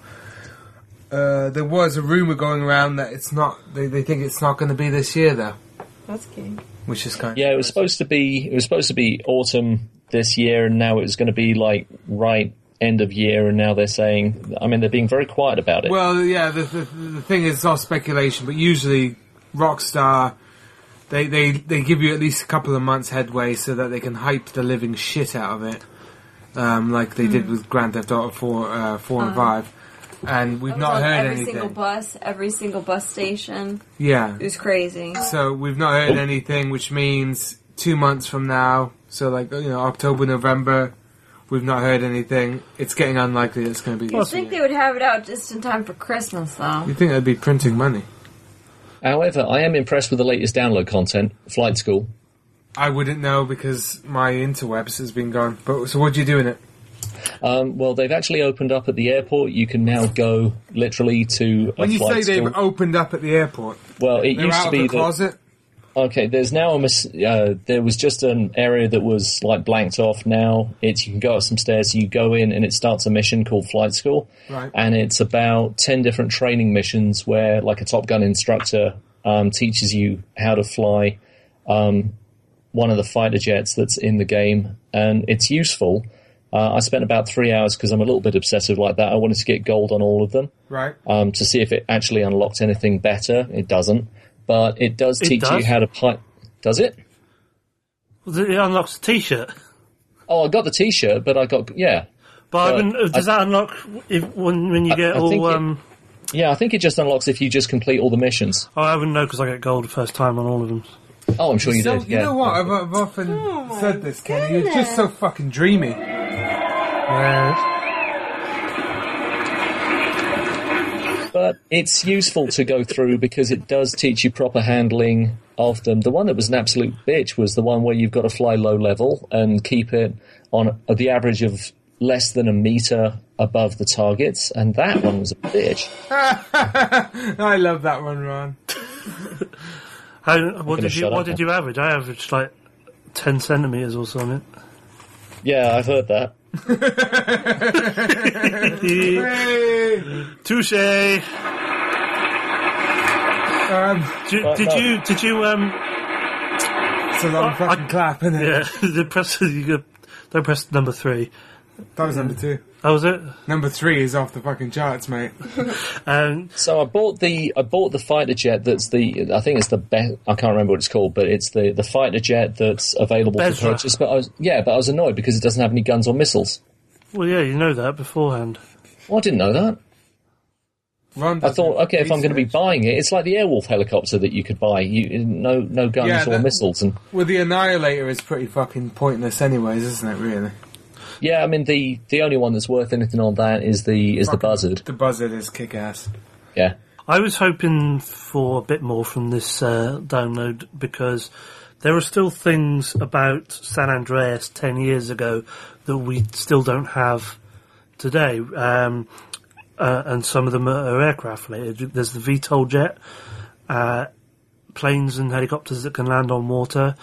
C: Uh, there was a rumor going around that it's not. They, they think it's not going to be this year though,
E: That's cute.
C: which is kind.
D: yeah, it was supposed to be. It was supposed to be autumn this year, and now it was going to be like right end of year, and now they're saying. I mean, they're being very quiet about it.
C: Well, yeah. The, the, the thing is, it's all speculation, but usually Rockstar. They, they, they give you at least a couple of months headway so that they can hype the living shit out of it, um, like they
E: Hmm.
C: did with Grand Theft Auto 4, uh, 4 and 5. And we've
E: I Oh. was
C: not
E: on
C: heard
E: every
C: anything.
E: single bus, every single bus station.
C: Yeah.
E: It was crazy.
C: So we've not heard anything, which means two months from now, so like you know October, November, we've not heard anything. It's getting unlikely it's going to be.
E: I
C: this
E: think
C: year.
E: they would have it out just in time for Christmas, though.
C: You think they'd be printing money?
D: However, I am impressed with the latest download content, Flight School.
C: I wouldn't know because my interwebs has been gone. But so what do you do in it?
D: Um, well, they've actually opened up at the airport. You can now go literally to a
C: When you say
D: flight
C: they've
D: school.
C: opened up at the airport,
D: well, it
C: they're
D: used
C: out
D: to
C: of
D: be
C: the
D: that,
C: closet.
D: okay. There's now a mis- uh, there was just an area that was like blanked off. Now it's you can go up some stairs. You go in and it starts a mission called Flight School,
C: Right.
D: and it's about ten different training missions where like a Top Gun instructor um, teaches you how to fly um, one of the fighter jets that's in the game, and it's useful. Uh, I spent about three hours because I'm a little bit obsessive like that. I wanted to get gold on all of them
C: Right.
D: um, to see if it actually unlocked anything better. It doesn't, but it does
B: It
D: teach
B: does?
D: you how to pipe. Does it?
B: It unlocks a T-shirt,
D: Oh, I got the T-shirt, but I got yeah,
B: but I
D: Uh,
B: wouldn't- does that unlock if, when when you get
D: I think
B: all?
D: it-
B: Um,
D: yeah. I think it just unlocks if you just complete all the missions.
B: oh, I wouldn't know because I get gold the first time on all of them.
D: Oh, I'm sure you
C: so
D: did.
C: you
D: yeah.
C: know what? I've, I've often said this, Kenny. You're just so fucking dreamy.
B: Yeah.
D: but it's useful to go through because it does teach you proper handling of them. The one that was an absolute bitch was the one where you've got to fly low level and keep it on the average of less than a meter above the targets, and that one was a bitch.
C: I love that one, Ron.
B: How, what
D: gonna
B: did you
D: shut
B: What
D: up
B: did
D: now.
B: you average? I averaged like ten centimeters or something.
D: Yeah, I've heard that.
C: Hey!
B: Touche. Did,
C: Um,
D: Well,
B: did
D: no.
B: you did you um
C: it's a long
B: I-
C: fucking clap, isn't it?
B: yeah the press you go, don't press number three.
C: That was number two.
B: That was it.
C: Number three is off the fucking charts, mate.
B: Um,
D: So I bought the I bought the fighter jet that's the I think it's the best I can't remember what it's called, but it's the, the fighter jet that's available
B: Bezra.
D: for purchase. But I was yeah, but I was annoyed because it doesn't have any guns or missiles.
B: well, yeah, you know that beforehand.
D: Well, I didn't know that.
C: Ron
D: I thought,
C: doesn't
D: okay, if I'm going to be
C: research.
D: buying it, it's like the Airwolf helicopter that you could buy. You no no guns
C: Yeah,
D: or
C: that-
D: missiles, and
C: Well, the Annihilator is pretty fucking pointless, anyways, isn't it? Really.
D: yeah, I mean the the only one that's worth anything on that is the is the buzzard.
C: The buzzard is kick ass.
D: Yeah,
B: I was hoping for a bit more from this uh, download because there are still things about San Andreas 10 years ago that we still don't have today. Um, uh, and some of them are are aircraft related. There's the VTOL jet, uh, planes and helicopters that can land on water,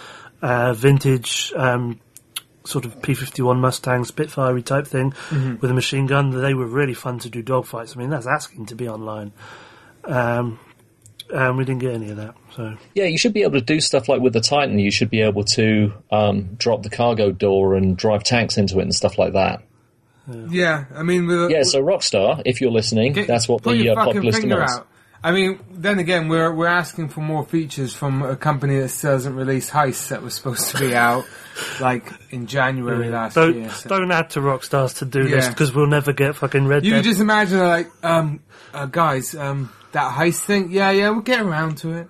B: uh, vintage um, sort of P fifty one Mustang Spitfire type thing with a machine gun. They were really fun to do dogfights. I mean, that's asking to be online. Um, and we didn't get any of that. So
D: yeah, you should be able to do stuff like with the Titan. You should be able to um, drop the cargo door and drive tanks into it and stuff like that.
C: Yeah, I mean, with,
D: Yeah, so Rockstar, if you're listening,
C: Get-
D: that's what
C: put
D: the
C: your
D: uh,
C: fucking
D: populist
C: finger
D: demands.
C: out. I mean, then again, we're we're asking for more features from a company that still doesn't release Heist that was supposed to be out like in January last
B: don't
C: year. so-
B: don't add to Rockstar's to do list
C: Yeah.
B: because we'll never get fucking Red
C: You
B: Dead.
C: can just imagine like, um, uh, guys, um, that Heist thing. Yeah, yeah, we'll get around to it.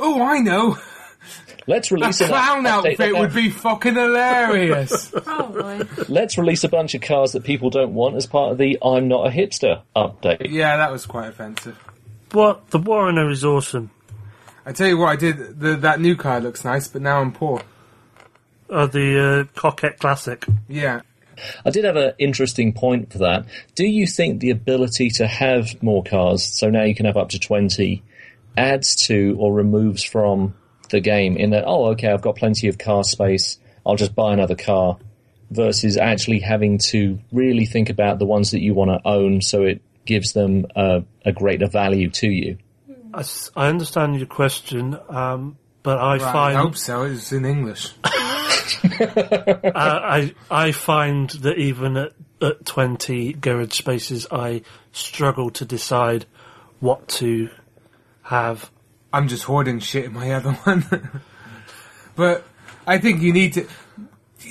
C: Oh, I know.
D: Let's
C: A
D: release an
C: clown
D: update
C: outfit
D: about-
C: would be fucking hilarious.
E: Probably.
D: Let's release a bunch of cars that people don't want as part of the "I'm not a hipster" update.
C: yeah, that was quite offensive.
B: what the Warrener is awesome.
C: I tell you what, I did. The, that new car looks nice, but now I'm poor.
B: Uh, the uh, Coquette Classic.
C: Yeah,
D: I did have an interesting point for that. Do you think the ability to have more cars, so now you can have up to 20, adds to or removes from the game in that, oh, okay, I've got plenty of car space, I'll just buy another car, versus actually having to really think about the ones that you want to own so it gives them a, a greater value to you?
B: I, s- I understand your question, um, but I
C: Right,
B: find
C: I hope so. It's in English.
B: I I find that even at, at twenty garage spaces, I struggle to decide what to have.
C: I'm just hoarding shit in my other one. but I think you need to,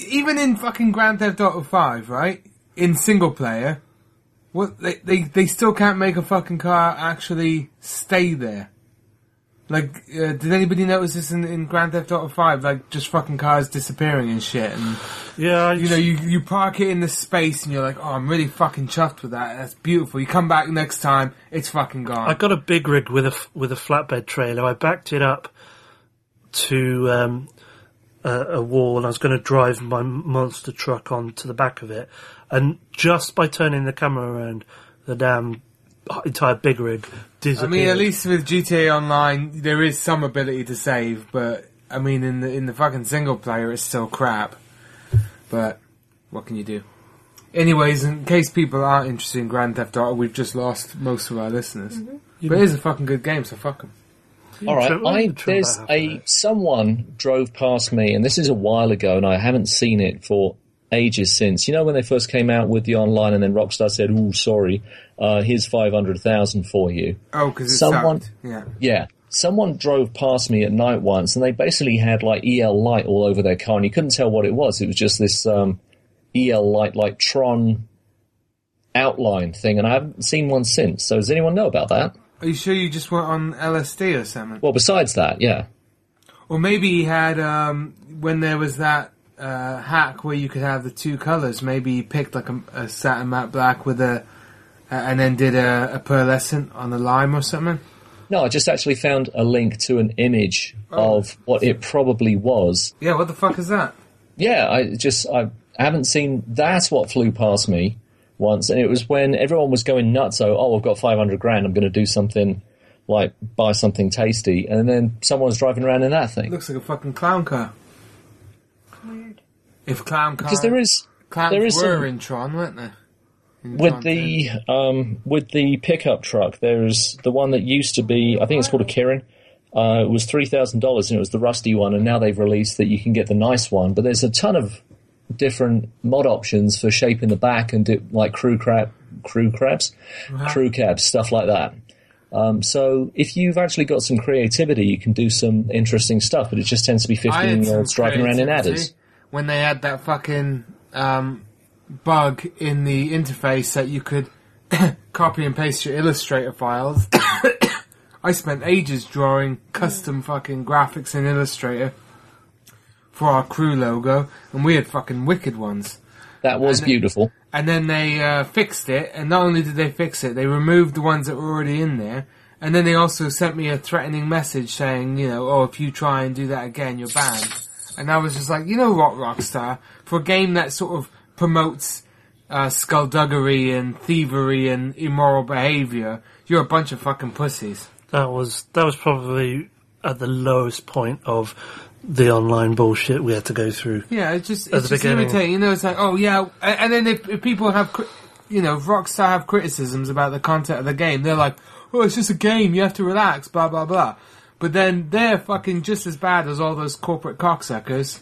C: even in fucking Grand Theft Auto Five, right? In single player, what they they, they still can't make a fucking car actually stay there. Like, uh, did anybody notice this in, in Grand Theft Auto Five? Like, just fucking cars disappearing and shit, and
B: Yeah, I,
C: you know, you, you park it in the space, and you're like, oh, I'm really fucking chuffed with that. That's beautiful. You come back next time, it's fucking gone.
B: I got a big rig with a f- with a flatbed trailer. I backed it up to um, a, a wall, and I was going to drive my monster truck onto the back of it. And just by turning the camera around, the damn entire big rig
C: I
B: disappeared.
C: mean, at least with GTA Online, there is some ability to save, but I mean, in the in the fucking single player, it's still crap. But what can you do? Anyways, in case people aren't interested in Grand Theft Auto, we've just lost most of our listeners. But it is a fucking good game, so fuck 'em.
D: All right,
B: Trim-
D: I,
B: trim that
D: there's
B: half
D: a someone drove past me, and this is a while ago, and I haven't seen it for ages since. You know when they first came out with the online, and then Rockstar said, "Ooh, sorry, uh, here's five hundred thousand for you."
C: Oh, because it's
D: Someone-
C: sucked. Yeah.
D: Yeah. Someone drove past me at night once and they basically had like EL light all over their car and you couldn't tell what it was. It was just this um, EL light, like Tron outline thing. And I haven't seen one since. So does anyone know about that?
C: Are you sure you just went on LSD or something?
D: Well, besides that, yeah.
C: Or maybe he had um, when there was that uh, hack where you could have the two colors. Maybe he picked like a, a satin matte black with a, a and then did a, a pearlescent on a lime or something.
D: No, I just actually found a link to an image of what it probably was.
C: Yeah, what the fuck is that?
D: Yeah, I just, I haven't seen, that's what flew past me once. And it was when everyone was going nuts. So, oh, I've got 500 grand. I'm going to do something like buy something tasty. And then someone's driving around in that thing.
C: Looks like a fucking clown car.
E: Weird.
C: If clown car,
D: Because there is,
C: clowns
D: there is
C: were
D: some-
C: in Tron, weren't there? In Tron
D: with the,
C: 10.
D: um, with the pickup truck, there's the one that used to be, I think it's called a Kirin. Uh, it was $3,000 and it was the rusty one. And now they've released that you can get the nice one. But there's a ton of different mod options for shaping the back and do like crew crab, crew crabs,
C: Uh-huh.
D: crew cabs, stuff like that. Um, so if you've actually got some creativity, you can do some interesting stuff. But it just tends to be
C: I had
D: fifteen-year-olds
C: some
D: driving around in
C: creativity
D: adders.
C: When they had that fucking um, bug in the interface that you could copy and paste your Illustrator files, I spent ages drawing custom fucking graphics in Illustrator for our crew logo, and we had fucking wicked ones.
D: That was beautiful.
C: And then they uh, fixed it, and not only did they fix it, they removed the ones that were already in there. And then they also sent me a threatening message saying, you know, oh, if you try and do that again, you're banned. And I was just like, you know what, Rockstar? For a game that sort of promotes uh, skullduggery and thievery and immoral behavior, you're a bunch of fucking pussies.
B: That was that was probably at the lowest point of the online bullshit we had to go through.
C: Yeah, it's just
B: At
C: it's
B: the
C: just
B: beginning.
C: irritating. You know, it's like, oh yeah, and and then if, if people have, cri- you know, if Rockstar have criticisms about the content of the game, they're like, oh, it's just a game. You have to relax, blah blah blah. But then they're fucking just as bad as all those corporate cocksuckers.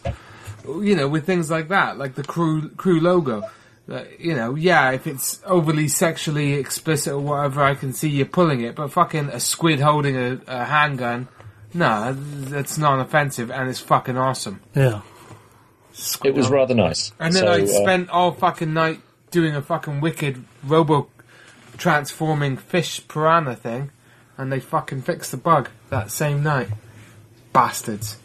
C: You know, with things like that, like the crew crew logo. Like, you know, yeah, if it's overly sexually explicit or whatever, I can see you pulling it. But fucking a squid holding a, a handgun, no, that's non-offensive and it's fucking awesome.
B: Yeah.
D: It was rather nice.
C: And then
D: So,
C: I
D: uh,
C: spent all fucking night doing a fucking wicked robo transforming fish piranha thing, and they fucking fixed the bug that same night. Bastards.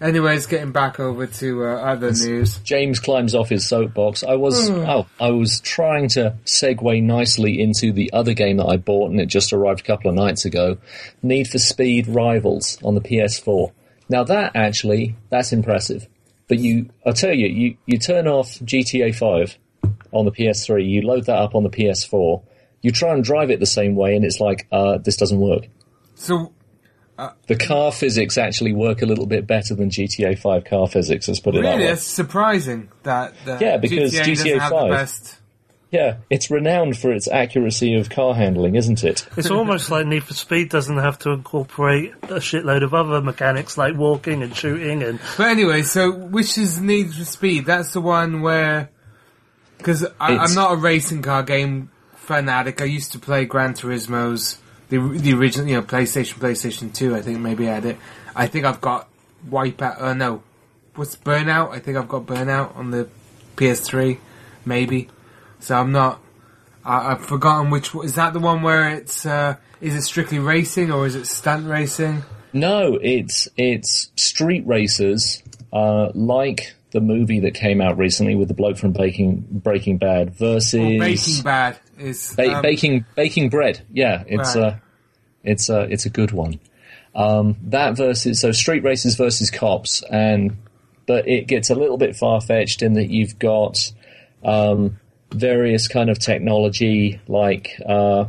C: Anyways, getting back over to uh, other news.
D: James climbs off his soapbox. I was oh, I was trying to segue nicely into the other game that I bought, and it just arrived a couple of nights ago. Need for Speed Rivals on the PS4. Now that actually that's impressive. But you, I tell you, you you turn off GTA 5 on the PS3, you load that up on the PS4, you try and drive it the same way, and it's like uh, this doesn't work.
C: So,
D: The car physics actually work a little bit better than GTA 5 car physics. Let's put it that
C: really,
D: way.
C: it's surprising that the
D: Yeah, because
C: GTA, doesn't
D: GTA
C: have
D: five.
C: the best.
D: Yeah, it's renowned for its accuracy of car handling, isn't it?
B: It's almost like Need for Speed doesn't have to incorporate a shitload of other mechanics like walking and shooting and
C: But anyway, so which is Need for Speed? That's the one where. Because I'm
D: It's-
C: not a racing car game fanatic. I used to play Gran Turismo's, the the original, you know, PlayStation, PlayStation Two. I think maybe I had it. I think I've got Wipeout. Uh, no, what's Burnout? I think I've got Burnout on the PS3, maybe. So I'm not. I, I've forgotten which. one- Is that the one where it's? Uh, is it strictly racing or is it stunt racing?
D: No, it's it's street racers uh, like the movie that came out recently with the bloke from Baking Breaking Bad versus
C: Breaking Oh, Bad is
D: Ba-
C: um,
D: baking baking bread. Yeah, it's
C: Right.
D: uh, it's uh, it's a good one. Um, that versus so street races versus cops, and but it gets a little bit far fetched in that you've got um, various kind of technology like uh,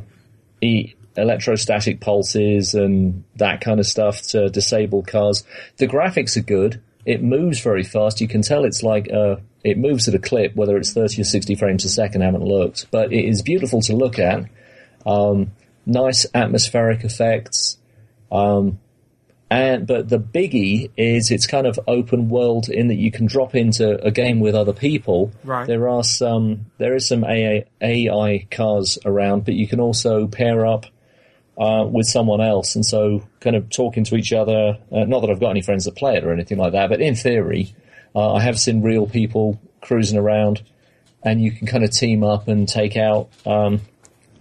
D: e- electrostatic pulses and that kind of stuff to disable cars. The graphics are good. It moves very fast. You can tell it's like uh, it moves at a clip, whether it's 30 or 60 frames a second. I haven't looked, but it is beautiful to look at. Um, nice atmospheric effects. Um, and but the biggie is it's kind of open world in that you can drop into a game with other people.
C: Right.
D: There are some there is some AI, AI cars around, but you can also pair up uh, with someone else, and so kind of talking to each other. Uh, not that I've got any friends that play it or anything like that, but in theory, uh, I have seen real people cruising around, and you can kind of team up and take out um,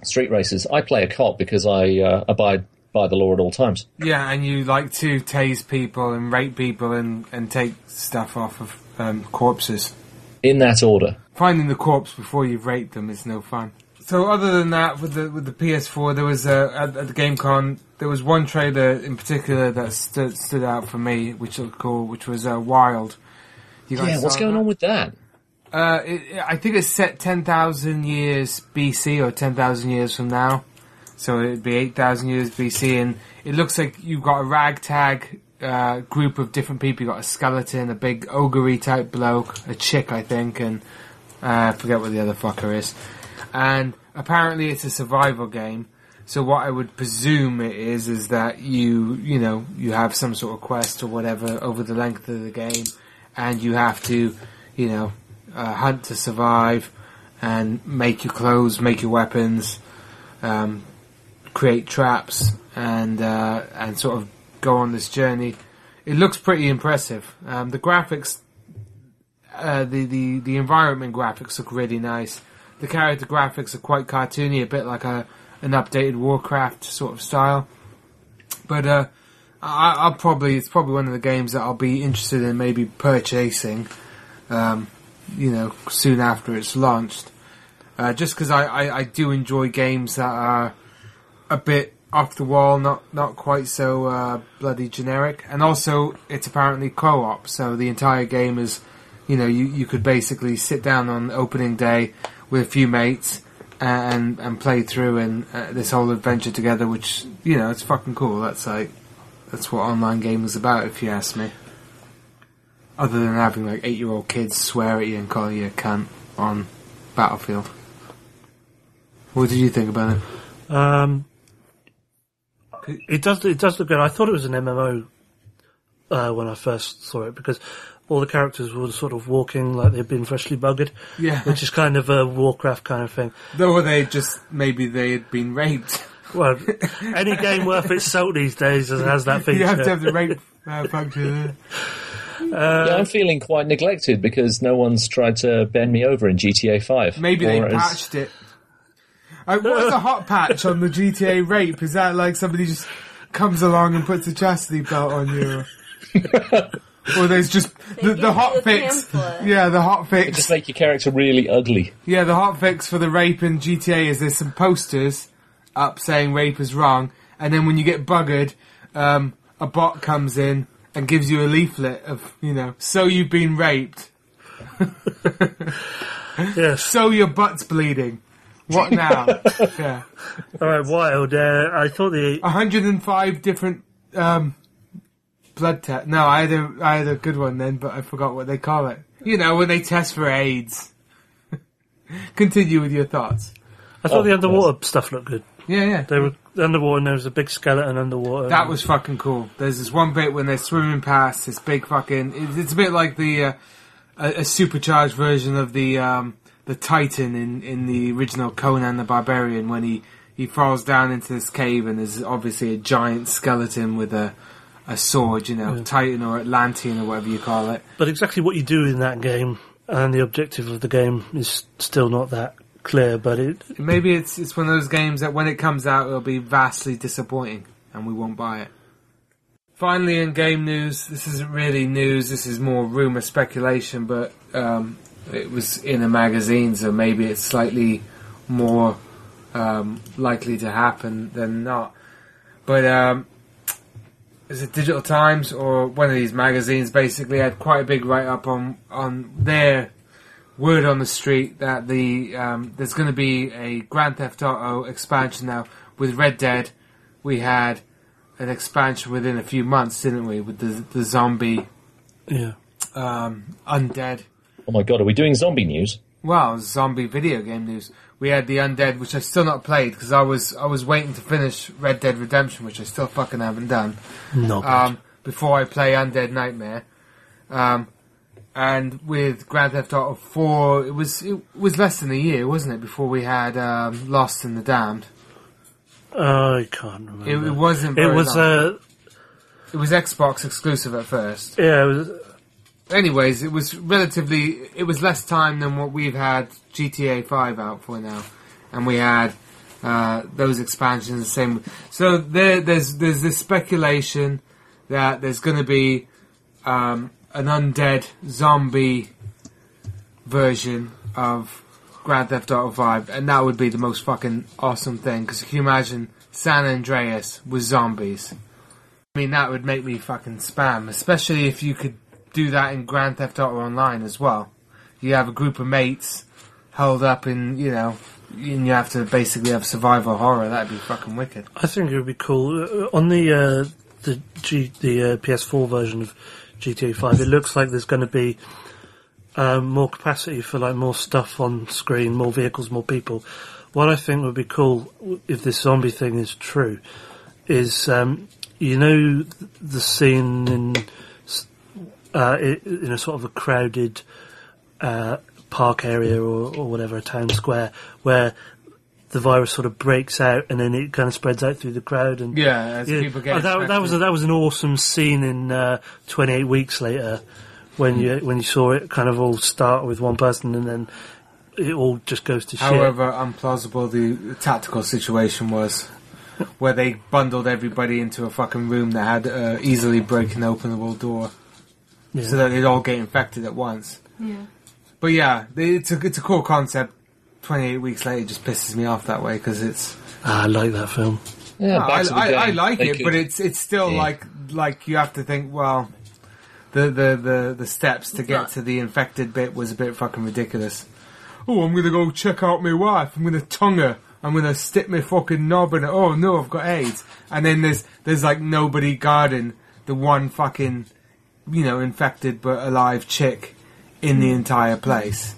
D: street races. I play a cop because I uh, abide by the law at all times.
C: Yeah, and you like to tase people and rape people and, and take stuff off of um, corpses.
D: In that order,
C: Finding the corpse before you've raped them is no fun. So, other than that, with the with the PS4, there was uh at, at the GameCon there was one trailer in particular that stood stood out for me, which looked cool, which was uh, Wild. You guys
D: yeah. What's
C: saw
D: going
C: that?
D: on with that?
C: Uh, it, it- I think it's set 10,000 years BC or 10,000 years from now. So it'd be 8,000 years BC, and it looks like you've got a ragtag uh, group of different people. You've got a skeleton, a big ogre type bloke, a chick, I think, and uh, I forget what the other fucker is. And apparently it's a survival game. So what I would presume it is is that you you know you have some sort of quest or whatever over the length of the game, and you have to you know uh, hunt to survive, and make your clothes, make your weapons, um, create traps, and uh, and sort of go on this journey. It looks pretty impressive. Um, the graphics, uh, the the the environment graphics look really nice. The character graphics are quite cartoony, a bit like a an updated Warcraft sort of style. But uh, I, I'll probably it's probably one of the games that I'll be interested in maybe purchasing, um, you know, soon after it's launched. Uh, just because I, I, I do enjoy games that are a bit off the wall, not not quite so uh, bloody generic, and also it's apparently co-op, so the entire game is, you know, you, you could basically sit down on opening day with a few mates and and play through and uh, this whole adventure together, which you know it's fucking cool. That's like that's what online gaming is about, if you ask me. Other than having like eight year old kids swear at you and call you a cunt on Battlefield. What did you think about it?
B: Um, it does. It does look good. I thought it was an MMO uh, when I first saw it because all the characters were sort of walking like they'd been freshly buggered.
C: Yeah.
B: which is kind of a Warcraft kind of thing.
C: Though they just maybe they had been raped.
B: Well, any game worth its salt these days has, has that feature.
C: You have to have the rape uh, function.
D: yeah, I'm feeling quite neglected because no one's tried to bend me over in GTA 5.
C: Maybe they
D: Or as-
C: patched it. Uh, what's the hot patch on the GTA rape? Is that like somebody just comes along and puts a chastity belt on you? or there's just the,
E: give you
C: the hot
E: the
C: fix.
E: pamphlet.
C: Yeah, the hot
D: They
C: fix.
D: just make your character really ugly.
C: Yeah, the hot fix for the rape in GTA is there's some posters up saying rape is wrong, and then when you get buggered, um, a bot comes in and gives you a leaflet of, you know, so you've been raped,
B: Yes.
C: so your butt's bleeding. What now? yeah.
B: All right. Wild. Uh, I thought the
C: 105 different um, blood tests. No, I had a I had a good one then, but I forgot what they call it. You know when they test for AIDS. Continue with your thoughts.
B: I thought
D: Oh,
B: the underwater stuff looked good.
C: Yeah, yeah.
B: They were underwater, and there was a big skeleton underwater.
C: That was fucking cool. There's this one bit when they're swimming past this big fucking. it- It's a bit like the uh, a, a supercharged version of the um, the Titan in in the original Conan the Barbarian when he he falls down into this cave and there's obviously a giant skeleton with a a sword, you know, Titan or Atlantean or whatever you call it.
B: But exactly what you do in that game and the objective of the game is still not that clear. But it,
C: Maybe it's it's one of those games that when it comes out, it'll be vastly disappointing, and we won't buy it. Finally, in game news, this isn't really news. This is more rumor speculation, but um, it was in a magazine, so maybe it's slightly more um, likely to happen than not. But um, is it Digital Times or one of these magazines? Basically, had quite a big write up on on their word on the street that the um, there's going to be a Grand Theft Auto expansion now. With Red Dead, we had an expansion within a few months, didn't we? With the the zombie
B: yeah.
C: um, undead.
D: Oh my god, are we doing zombie news?
C: Well, zombie video game news. We had the undead, which I've still not played because I was I was waiting to finish Red Dead Redemption, which I still fucking haven't done.
B: No.
C: um, before I play Undead Nightmare. Um, and with Grand Theft Auto 4, it was it was less than a year, wasn't it, before we had um, Lost in the Damned?
B: Oh, I can't
C: It,
B: remember.
C: it wasn't.
B: Mm-hmm. It
C: very
B: was
C: long.
B: uh,
C: it was Xbox exclusive at first.
B: yeah. It was,
C: Anyways, it was relatively. It was less time than what we've had GTA 5 out for now, and we had uh, those expansions. The same. So there, there's there's this speculation that there's going to be um, an undead zombie version of Grand Theft Auto 5, and that would be the most fucking awesome thing. Because can you imagine San Andreas with zombies? I mean, that would make me fucking spam, especially if you could do that in Grand Theft Auto Online as well. You have a group of mates held up in, you know, and you have to basically have survival horror. That'd be fucking wicked.
B: I think it would be cool Uh, on the uh, the G, the uh, PS4 version of GTA 5. It looks like there's going to be um, more capacity for like more stuff on screen, more vehicles, more people. What I think would be cool w- if this zombie thing is true is um, you know th- the scene in s- uh, i- in a sort of a crowded uh, park area or, or whatever, a town square, where the virus sort of breaks out and then it kind of spreads out through the crowd. And
C: Yeah, as people get
B: Oh, that, that was
C: infected.
B: that was an awesome scene in uh, Twenty Eight Weeks Later when you when you saw it kind of all start with one person and then it all just goes to shit.
C: However implausible the tactical situation was, where they bundled everybody into a fucking room that had uh, easily breaking openable door,
B: Yeah.
C: so that they'd all get infected at once.
E: Yeah.
C: But yeah, they- it's a it's a cool concept. Twenty eight weeks later, it just pisses me off that way because it's
B: Ah, I like that film.
D: Yeah,
C: No,
D: back to the
C: I,
D: game.
C: I, I like
D: They
C: it,
D: could-
C: but it's it's still
D: Yeah.
C: like like you have to think. Well, the the the, the steps to
E: It's
C: get
E: not-
C: to the infected bit was a bit fucking ridiculous. Oh, I'm gonna go check out my wife. I'm gonna tongue her. I'm gonna stick my fucking knob in it. Oh no, I've got AIDS. And then there's there's like nobody guarding the one fucking you know infected but alive chick in the entire place.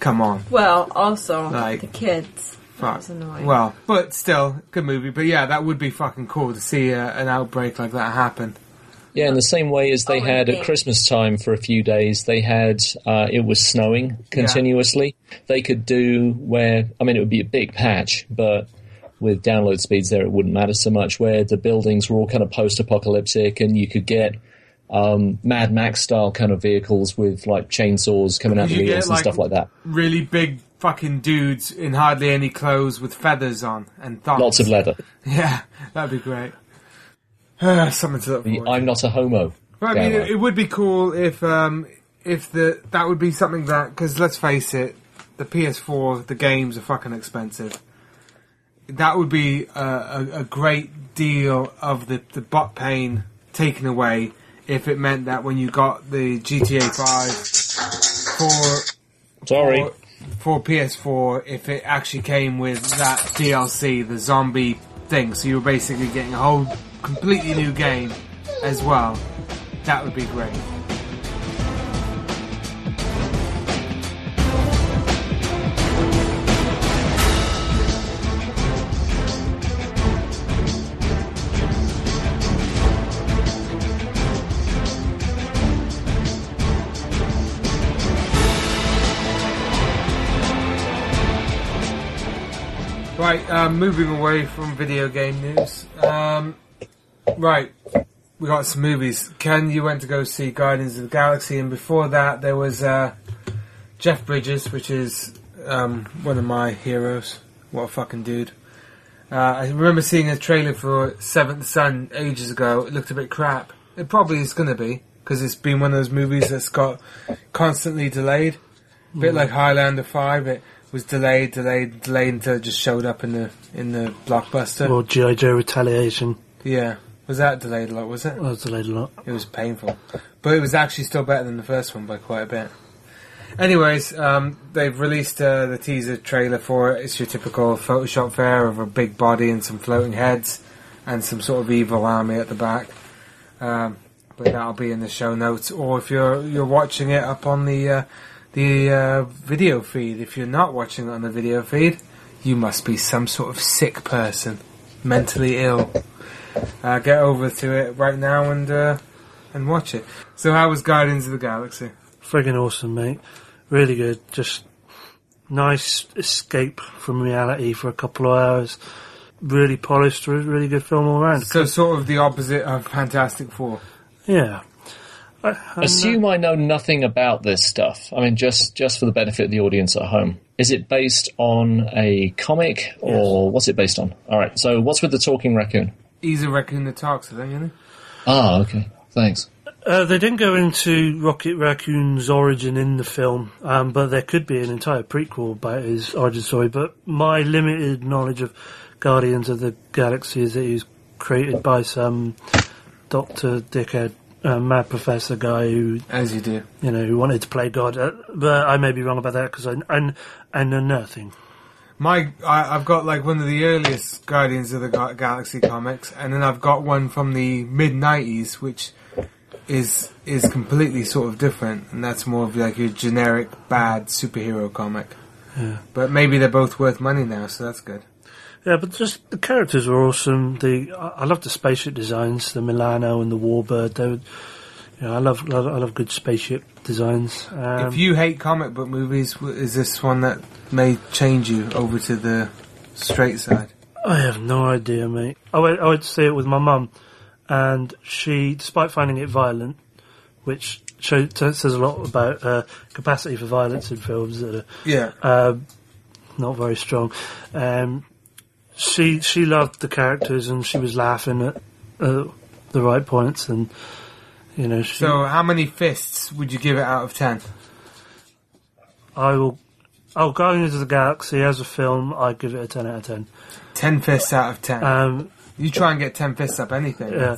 C: Come on.
E: Well, also
C: Like-
E: the kids. That was annoying.
C: Well, but still, good movie. But yeah, that would be fucking cool to see uh, an outbreak like that happen.
D: Yeah, in the same way as they
E: Oh,
D: had
E: yeah.
D: at Christmas time for a few days, they had uh, it was snowing continuously. They could do where I mean it would be a big patch, but with download speeds there, it wouldn't matter so much. Where the buildings were all kind of post-apocalyptic, and you could get um, Mad Max style kind of vehicles with like chainsaws coming out the
C: You get,
D: wheels and
C: like,
D: stuff like that.
C: Really big fucking dudes in hardly any clothes with feathers on and thongs.
D: Lots of leather.
C: Yeah, that'd be great. Ah, something to look
D: The
C: forward to.
D: I'm not a homo.
C: Well, I mean,
D: download.
C: it, it would be cool if um, if the that would be something that because let's face it, the PS4 the games are fucking expensive. That would be a, a, a great deal of the the butt pain taken away if it meant that when you got the GTA 5 for
D: Sorry.
C: for, for PS4 if it actually came with that DLC, the zombie thing. So you were basically getting a whole completely new game as well. That would be great. Right, um, moving away from video game news. Um, right, we got some movies. Ken, you went to go see Guardians of the Galaxy, and before that, there was uh, Jeff Bridges, which is um, one of my heroes. What a fucking dude. Uh, I remember seeing a trailer for Seventh Son ages ago. It looked a bit crap. It probably is going to be, because it's been one of those movies that's got constantly delayed. A bit like Highlander 5, it was delayed, delayed, delayed until it just showed up in the in the blockbuster.
B: Or GI Joe Retaliation.
C: yeah. Was that delayed a lot, was it?
B: That was delayed a lot.
C: It was painful, but it was actually still better than the first one by quite a bit. Anyways, um, they've released uh, the teaser trailer for it. It's your typical Photoshop fair of a big body and some floating heads, and some sort of evil army at the back. Um, but that'll be in the show notes, or if you're you're watching it up on the uh, the uh, video feed. If you're not watching it on the video feed, you must be some sort of sick person, mentally ill. Uh, get over to it right now and uh, and watch it. So how was Guardians of the Galaxy?
B: Friggin' awesome, mate. Really good. Just nice escape from reality for a couple of hours. Really polished. re- Really good film all round.
C: So sort of the opposite of Fantastic Four.
B: Yeah. I, I'm not-
D: Assume I know nothing about this stuff. I mean, just just for the benefit of the audience at home, is it based on a comic or what's it based on? All right. So, what's with the talking raccoon?
C: He's a raccoon that talks, I think, isn't
D: Ah, okay. Thanks.
B: Uh, they didn't go into Rocket Raccoon's origin in the film, um, but there could be an entire prequel about his origin story. But my limited knowledge of Guardians of the Galaxy is that he was created by some Doctor Dickhead, uh, mad professor guy who
C: he? As you do.
B: you know who wanted to play God. Uh, but I may be wrong about that because I, I I know nothing.
C: My, I, I've got like one of the earliest Guardians of the Ga- Galaxy comics, and then I've got one from the mid '90s, which is is completely sort of different, and that's more of like your generic bad superhero comic. But maybe they're both worth money now, so that's good.
B: Yeah, but just the characters were awesome. The I I love the spaceship designs, the Milano and the Warbird. They were, Yeah, I love, love I love good spaceship designs. Um,
C: if you hate comic book movies, w- is this one that may change you over to the straight side?
B: I have no idea, mate. I went, I went to see it with my mum, and she, despite finding it violent, which show, t- says a lot about uh, capacity for violence in films that uh, are
C: Yeah.
B: um, not very strong. Um, she she loved the characters and she was laughing at uh, the right points and you know she,
C: So, how many fists would you give it out of ten?
B: I will. Oh, Guardians of the Galaxy as a film, I give it a ten out of ten.
C: Ten fists out of ten.
B: Um,
C: you try and get ten fists up anything.
B: yeah,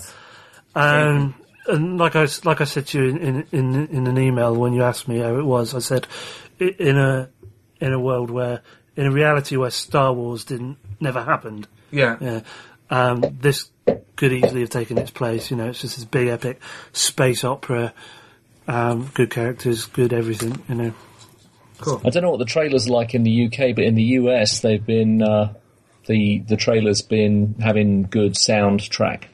B: um, and like I s- like I said to you in, in in in an email when you asked me how it was, I said i- in a in a world where in a reality where Star Wars didn't never happened,
C: Yeah.
B: Yeah. Um, this could easily have taken its place. You know, it's just this big epic space opera. Um, good characters, good everything. You know,
D: I don't know what the trailers are like in the UK, but in the US they've been uh, the the trailers been having good soundtrack.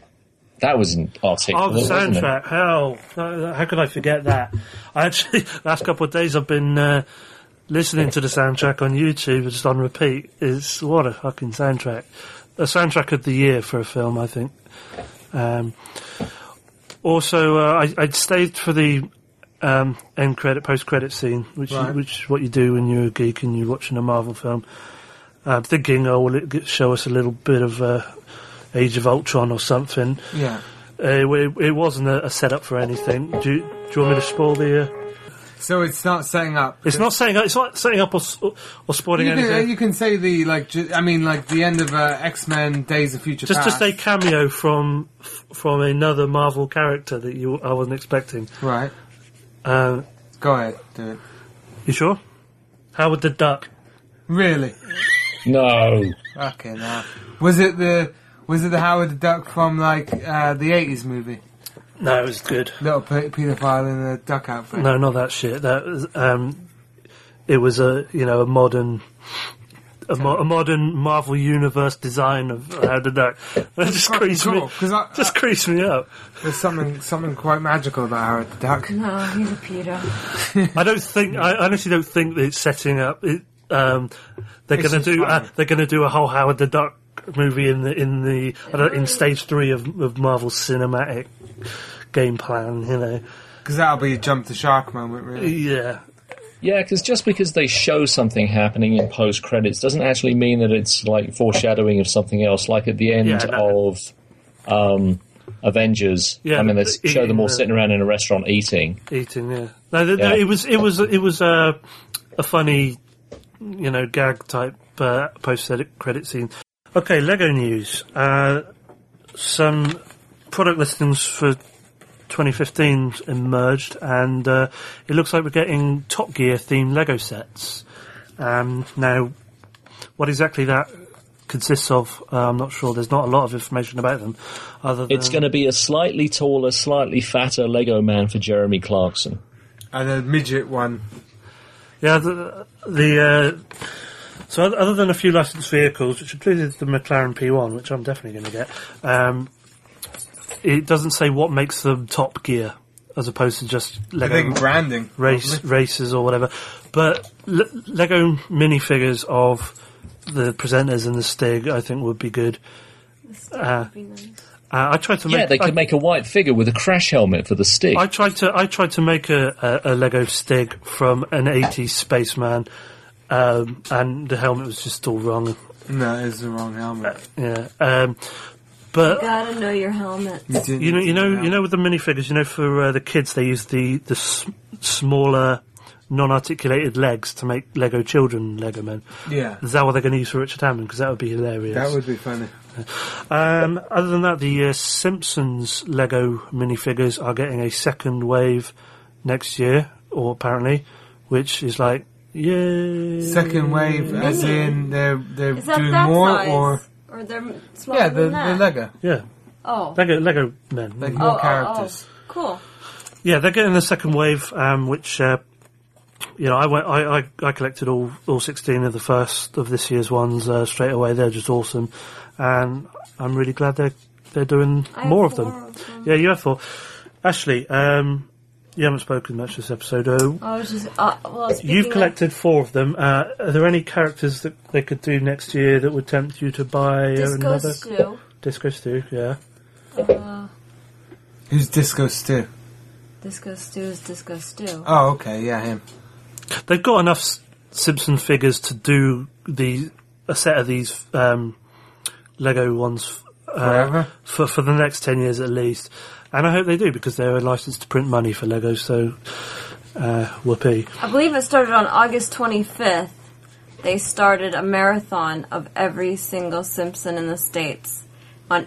D: That was an article.
B: oh, the
D: wasn't it?
B: soundtrack. Hell, how how could I forget that? I actually last couple of days I've been uh, listening to the soundtrack on YouTube, just on repeat. It's what a fucking soundtrack. A soundtrack of the year for a film, I think. Um, also, uh, I, I stayed for the um, end credit, post credit scene, which
C: Right.
B: is, which is what you do when you're a geek and you're watching a Marvel film. I'm thinking, oh, will it get- show us a little bit of uh, Age of Ultron or something?
C: Yeah.
B: Uh, it, it wasn't a, a setup for anything. Do you, do you want me to spoil the? Uh,
C: So it's not setting up.
B: it's not setting up. It's not setting up or, s- or spoiling
C: You can, uh,
B: anything.
C: you can say the like. Ju- I mean, like the end of uh, X Men: Days of Future
B: just
C: Past.
B: just a cameo from f- from another Marvel character that you I wasn't expecting.
C: right.
B: Uh,
C: Go ahead. Do it.
B: you sure? Howard the Duck.
C: Really?
D: No,
C: Okay. Now, was it the was it the Howard the Duck from like uh, the eighties movie?
B: No, it was good.
C: Little pe- paedophile in a duck outfit.
B: No, not that shit. That was, um, it was a you know a modern. A, mo- a modern Marvel Universe design of Howard the Duck. That just
C: Fucking
B: creased
C: cool,
B: me.
C: 'cause I-
B: just creased me up.
C: There's something something quite magical about Howard the Duck.
E: No, he's a pedo.
B: I don't think. I honestly don't think that it's setting up. It, um, they're
C: It's
B: going to
C: just
B: do. Uh,
C: funny.
B: they're going to do a whole Howard the Duck movie in the in the I don't, in stage three of, of Marvel's cinematic game plan. You know,
C: Because that'll be a jump the shark moment, really.
B: yeah.
D: yeah, because just because they show something happening in post credits doesn't actually mean that it's like foreshadowing of something else. Like at the end
B: Yeah, no.
D: of um, Avengers,
B: Yeah,
D: I mean, they
B: the-
D: show them all
B: the-
D: sitting around in a restaurant eating.
B: Eating, yeah. No, th- no,
D: Yeah.
B: it was it was it was a a funny, you know, gag type uh, post credit scene. Okay, Lego news. Uh, some product listings for 2015 emerged, and uh, it looks like we're getting Top Gear themed Lego sets. Um, now, what exactly that consists of, uh, I'm not sure. There's not a lot of information about them, other than
D: It's going to be a slightly taller, slightly fatter Lego man for Jeremy Clarkson.
C: And a midget one.
B: Yeah, the, the uh, so oth- other than a few licensed vehicles, which included the McLaren P1, which I'm definitely going to get, um, it doesn't say what makes them Top Gear, as opposed to just
C: I
B: Lego
C: think branding.
B: race
C: probably.
B: races or whatever. But L- Lego minifigures of the presenters and the Stig, I think, would be good.
E: That'd be nice.
B: Uh, I tried to
D: Yeah,
B: make
D: they
B: I-
D: could make a white figure with a crash helmet for the stick.
B: I tried to I tried to make a, a, a Lego Stig from an 80s spaceman, um, and the helmet was just all wrong.
C: No, it's the wrong helmet.
B: Yeah, um, but
E: Gotta know your helmet.
C: didn't
B: you know,
C: need
B: you
C: to
B: know,
C: that.
B: you know, with the minifigures, you know, for uh, the kids, they use the the s- smaller, non-articulated legs to make Lego children Lego men.
C: Yeah.
B: Is that what they're going to use for Richard Hammond? Because that would be hilarious.
C: That would be funny.
B: Um, other than that, the uh, Simpsons Lego minifigures are getting a second wave next year, or apparently, which is like, yay!
C: Second wave, as in they're they're
E: Is that
C: doing
E: that
C: more,
E: size?
C: or
E: Or they're m- smaller
C: yeah, the the
E: than that?
C: Lego,
B: Yeah,
E: Oh.
B: Lego Lego men.
C: like
E: Oh,
C: more
E: oh,
C: characters.
E: oh. Cool.
B: Yeah, they're getting the second wave, um, which uh, you know I went, I, I I collected all all sixteen of the first of this year's ones uh, straight away. They're just awesome, and I'm really glad they're they're doing
E: I have
B: more of
E: four
B: them.
E: of them.
B: Yeah, you have four. Ashley, um, you haven't spoken much this episode. Uh,
E: I was just uh, well. speaking
B: You've
E: of-
B: collected four of them. Uh, are there any characters that they could do next year that would tempt you to buy
E: Disco
B: another?
E: Stew.
B: Disco Stew, yeah.
E: Uh,
C: Who's Disco Stew?
E: Disco Stew is Disco Stew.
C: Oh, okay, yeah, him.
B: They've got enough S- Simpson figures to do the a set of these um, Lego ones uh,
C: Forever?
B: for for the next ten years at least. And I hope they do because they're licensed to print money for Lego. So, uh, whoopee.
E: I believe it started on August 25th. They started a marathon of every single Simpson in the States on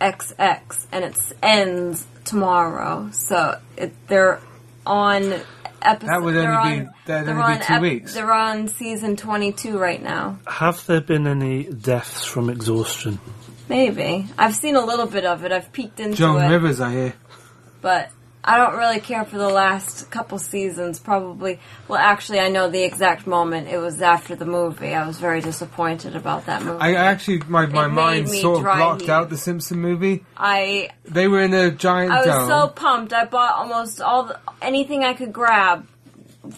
E: FXX, and it ends tomorrow. So it, they're on episode.
C: That would only
E: they're
C: be-
E: on,
C: that'd
E: they're
C: only be
E: on
C: two weeks.
E: They're on season 22 right now.
B: Have there been any deaths from exhaustion?
E: Maybe. I've seen a little bit of it. I've peeked into
C: Joan
E: it.
C: Rivers, I hear.
E: but I don't really care for the last couple seasons. Probably, well, actually, I know the exact moment. It was after the movie. I was very disappointed about that movie.
C: I I actually, my, my
E: It made
C: mind
E: me
C: sort of
E: dry
C: blocked
E: heave.
C: out the Simpson movie.
E: I
C: They were in a giant
E: I was
C: dome.
E: so pumped. I bought almost all the, anything I could grab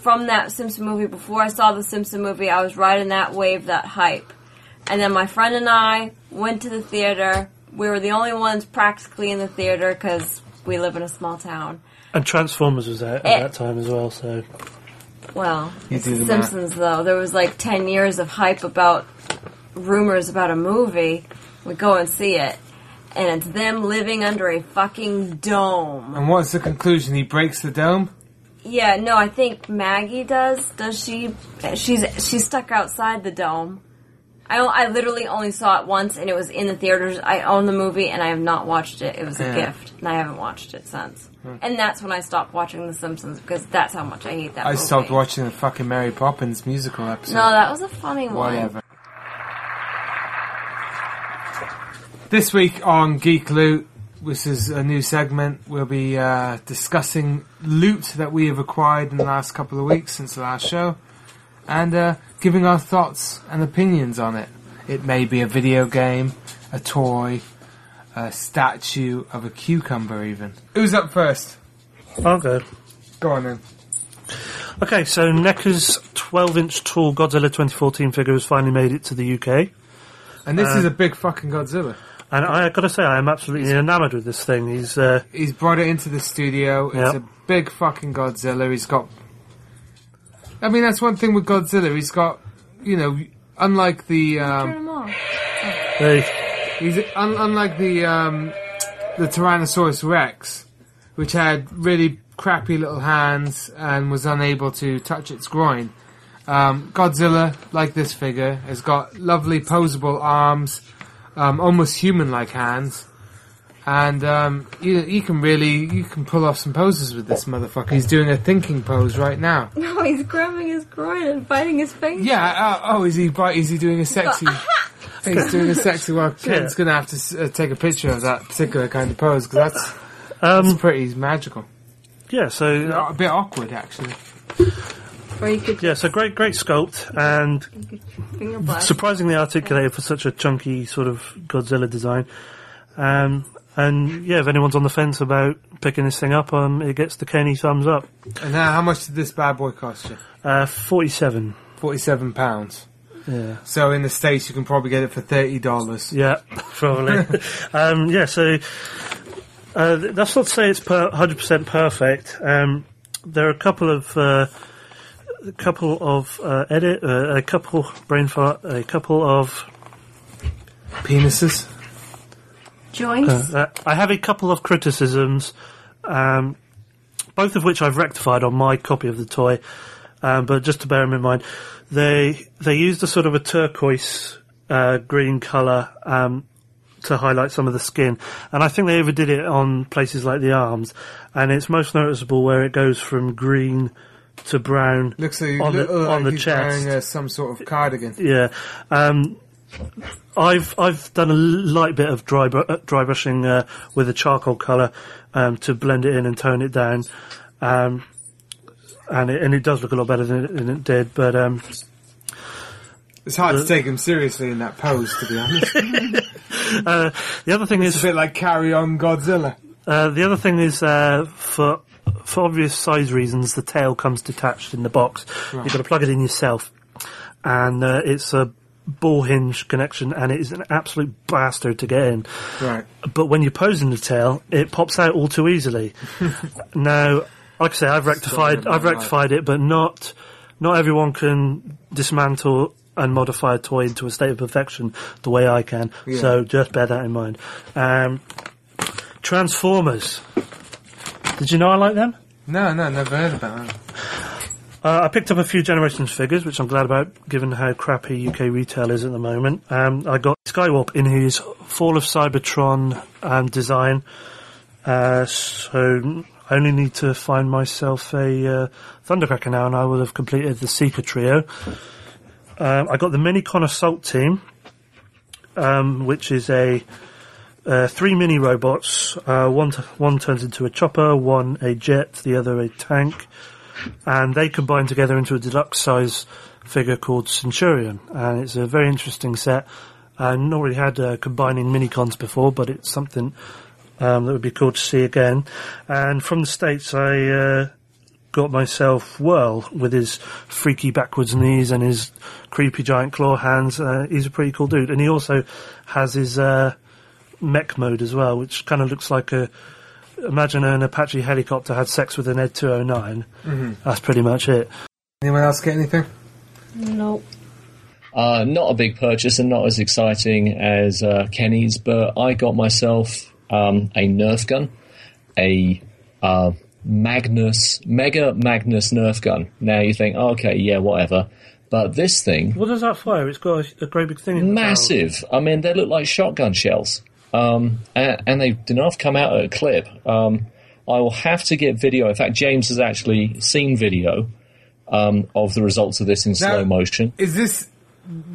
E: from that Simpson movie. Before I saw the Simpson movie, I was riding that wave, that hype. And then my friend and I went to the theater. We were the only ones practically in the theater because we live in a small town.
B: And Transformers was out at
E: Eh.
B: that time as well. So
E: Well,
C: You
E: it's
C: do
E: The
C: the math.
E: Simpsons, though. There was like 10 years of hype about rumors about a movie. We go and see it, and it's them living under a fucking dome.
C: and what's the conclusion? He breaks the dome?
E: Yeah, no, I think Maggie does. Does she? She's she's stuck outside the dome. I, o- I literally only saw it once, and it was in the theaters. I own the movie, and I have not watched it. It was a
C: Yeah.
E: gift, and I haven't watched it since. And that's when I stopped watching The Simpsons because that's how much I hate that.
C: I
E: movie.
C: stopped watching the fucking Mary Poppins musical episode.
E: No, that was a funny one.
C: Whatever. This week on Geek Loot, which is a new segment, we'll be uh, discussing loot that we have acquired in the last couple of weeks since the last show and uh, giving our thoughts and opinions on it. It may be a video game, a toy, a statue of a cucumber, even. Who's up first?
B: I'll go.
C: Go on then.
B: Okay, so NECA's 12 inch tall Godzilla 2014 figure has finally made it to the UK.
C: And this is a big fucking Godzilla.
B: And I gotta say, I am absolutely enamoured with this thing. He's, uh,
C: He's brought it into the studio. It's
B: Yep.
C: a big fucking Godzilla. He's got. I mean, that's one thing with Godzilla. He's got, you know, unlike the
E: Turn
C: um,
E: 'em off.
B: very-
C: he's un- unlike the um, the Tyrannosaurus Rex, which had really crappy little hands and was unable to touch its groin. Um, Godzilla, like this figure, has got lovely posable arms, um, almost human-like hands, and um, you, you can really you can pull off some poses with this motherfucker. He's doing a thinking pose right now.
E: No, he's grabbing his groin and biting his face.
C: Yeah. Uh, oh, is he? bite- Is he doing a sexy? he's doing a sexy one. Ken's gonna have to s- uh, take a picture of that particular kind of pose because that's
B: um,
C: that's pretty magical.
B: yeah, so,
C: A bit awkward, actually.
E: Or you could
B: yeah, so great, great sculpt and
E: finger blast.
B: surprisingly articulated for such a chunky sort of Godzilla design. Um, and yeah, if anyone's on the fence about picking this thing up, um, it gets the Kenny thumbs up.
C: And now, how much did this bad boy cost you?
B: Uh, 47.
C: Forty-seven pounds.
B: Yeah.
C: So in the states, you can probably get it for thirty dollars.
B: Yeah, probably. um, yeah, so uh, th- that's not to say it's per- 100% perfect. Um, there are a couple of uh, a couple of uh, edit, uh, a couple brain fart, a couple of.
C: Penises.
E: Joints.
B: Uh, I have a couple of criticisms, um, both of which I've rectified on my copy of the toy. Um, but just to bear them in mind, they they used a sort of a turquoise uh, green color um, to highlight some of the skin. And I think they overdid it on places like the arms. And it's most noticeable where it goes from green to brown
C: Looks like,
B: on the,
C: look like
B: on the
C: he's
B: chest.
C: wearing uh, some sort of cardigan.
B: Yeah. Um, I've I've done a light bit of dry br- uh, dry brushing uh, with a charcoal color um, to blend it in and tone it down, um, and it, and it does look a lot better than it, than it did. But um,
C: It's hard to take him seriously in that pose, to be honest.
B: the other thing
C: it's
B: is
C: a bit like Carry On Godzilla.
B: Uh, the other thing is uh, for for obvious size reasons, the tail comes detached in the box. You've got to plug it in yourself, and uh, it's a ball hinge connection, and it is an absolute bastard to get in.
C: Right.
B: But when you're posing the tail, it pops out all too easily. now, like I say, I've rectified
C: Sorry,
B: I've
C: man,
B: rectified it, but not not everyone can dismantle and modify a toy into a state of perfection the way I can.
C: Yeah.
B: So just bear that in mind. Um, Transformers. Did you know I like them?
C: No, no, never heard about that.
B: Uh, I picked up a few Generations figures, which I'm glad about, given how crappy UK retail is at the moment. Um, I got Skywarp in his Fall of Cybertron um, design, uh, so I only need to find myself a uh, Thundercracker now, and I will have completed the Seeker trio. Um, I got the Minicon Assault Team, um, which is a uh, three mini robots. Uh, one t- one turns into a chopper, one a jet, the other a tank and they combine together into a deluxe size figure called Centurion, and it's a very interesting set. I've not really had uh, combining minicons before, but it's something um, that would be cool to see again. And from the states, I uh, got myself Whirl with his freaky backwards knees and his creepy giant claw hands. Uh, he's a pretty cool dude, and he also has his uh, mech mode as well, which kind of looks like a imagine an Apache helicopter had sex with an Ed 209. That's pretty much it.
C: Anyone else get anything?
E: Nope.
D: Uh, not a big purchase and not as exciting as uh, Kenny's, but I got myself um, a Nerf gun, a uh, Magnus Mega Magnus Nerf gun. Now you think, "Oh, okay, yeah, whatever, but this thing
B: What does that fire? It's got a, a great big thing. In the barrel.
D: massive.
C: Oh.
D: I mean, they look like shotgun shells, um, and, and they did not come out at a clip. Um, I will have to get video. In fact, James has actually seen video um, of the results of this in slow motion.
C: Is this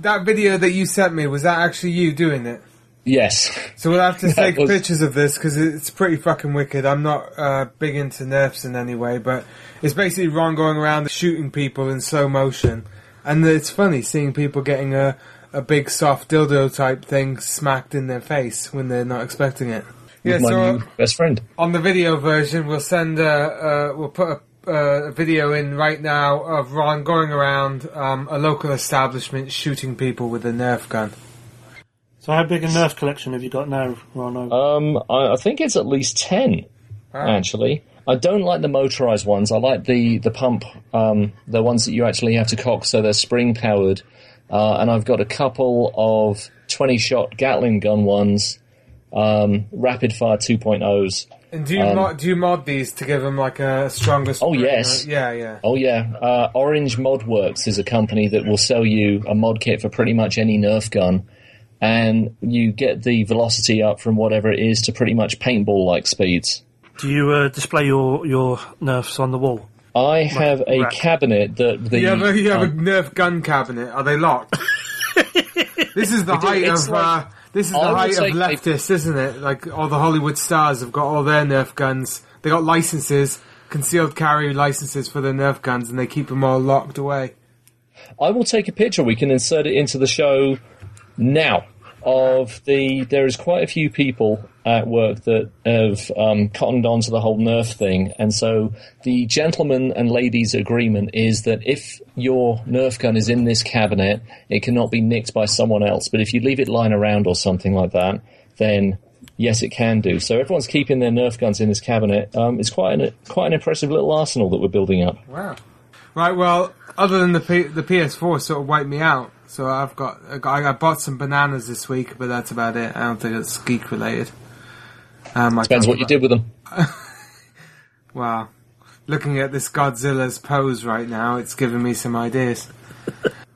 C: that video that you sent me? Was that actually you doing it?
D: Yes.
C: So we'll have to take
D: was-
C: pictures of this because it's pretty fucking wicked. I'm not uh, big into nerfs in any way, but it's basically Ron going around shooting people in slow motion, and it's funny seeing people getting a a big soft dildo type thing smacked in their face when they're not expecting it. Yeah,
D: with my
C: so uh,
D: new best friend.
C: on the video version, we'll send a, uh, we'll put a, uh, a video in right now of Ron going around um, a local establishment shooting people with a Nerf gun.
B: So how big a Nerf collection have you got now, Ron?
D: Um, I, I think it's at least ten. Actually, I don't like the motorized ones. I like the the pump, um, the ones that you actually have to cock, so they're spring powered. Uh, and I've got a couple of twenty shot Gatling gun ones, um, rapid fire 2.0s.
C: And do you mod, do you mod these to give them like a stronger?
D: Um, Oh,
C: spring,
D: yes.
C: right? Yeah, yeah.
D: Oh yeah, uh, Orange Mod Works is a company that will sell you a mod kit for pretty much any Nerf gun, and you get the velocity up from whatever it is to pretty much paintball like speeds.
B: Do you uh, display your, your Nerfs on the wall?
D: I have a
B: rack.
D: cabinet that the
C: You have a, you have
D: um,
C: a Nerf gun cabinet. Are they locked? this is the height
D: It's
C: of
D: like-
C: uh, this is the
D: I would
C: height of
D: say they-
C: leftists, isn't it? Like all the Hollywood stars have got all their Nerf guns. They got licenses, concealed carry licenses for their Nerf guns, and they keep them all locked away.
D: I will take a picture. We can insert it into the show now. Of the, there is quite a few people at work that have um, cottoned on to the whole Nerf thing, and so the gentlemen and ladies agreement is that if your Nerf gun is in this cabinet, it cannot be nicked by someone else. But if you leave it lying around or something like that, then yes, it can do. So everyone's keeping their Nerf guns in this cabinet. Um, it's quite an quite an impressive little arsenal that we're building up.
C: Wow. Right. Well, other than the P- the PS4 sort of wiped me out, so I've got I, got- I bought some bananas this week, but that's about it. I don't think it's geek related. Um, I
D: Depends
C: can't
D: what you did with them.
C: Wow. Looking at this Godzilla's pose right now, it's giving me some ideas.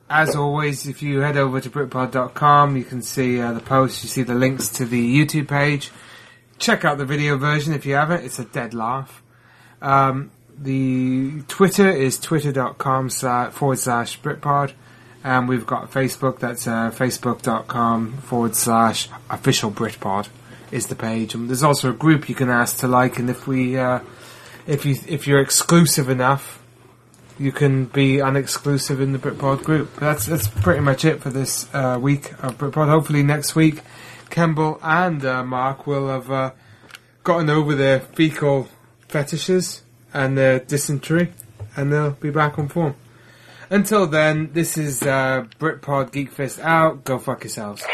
C: As always, if you head over to Britpod.com, you can see uh, the posts, you see the links to the YouTube page. Check out the video version if you haven't, it's a dead laugh. Um, the Twitter is twitter.com slash, forward slash Britpod. And we've got Facebook, that's uh, facebook.com forward slash official Britpod is the page. And there's also a group you can ask to like, and if we. Uh, if you if you're exclusive enough, you can be unexclusive in the Britpod group. But that's that's pretty much it for this uh, week of Britpod. Hopefully next week, Kemble and uh, Mark will have uh, gotten over their fecal fetishes and their dysentery, and they'll be back on form. Until then, this is uh, Britpod Geekfest out. Go fuck yourselves.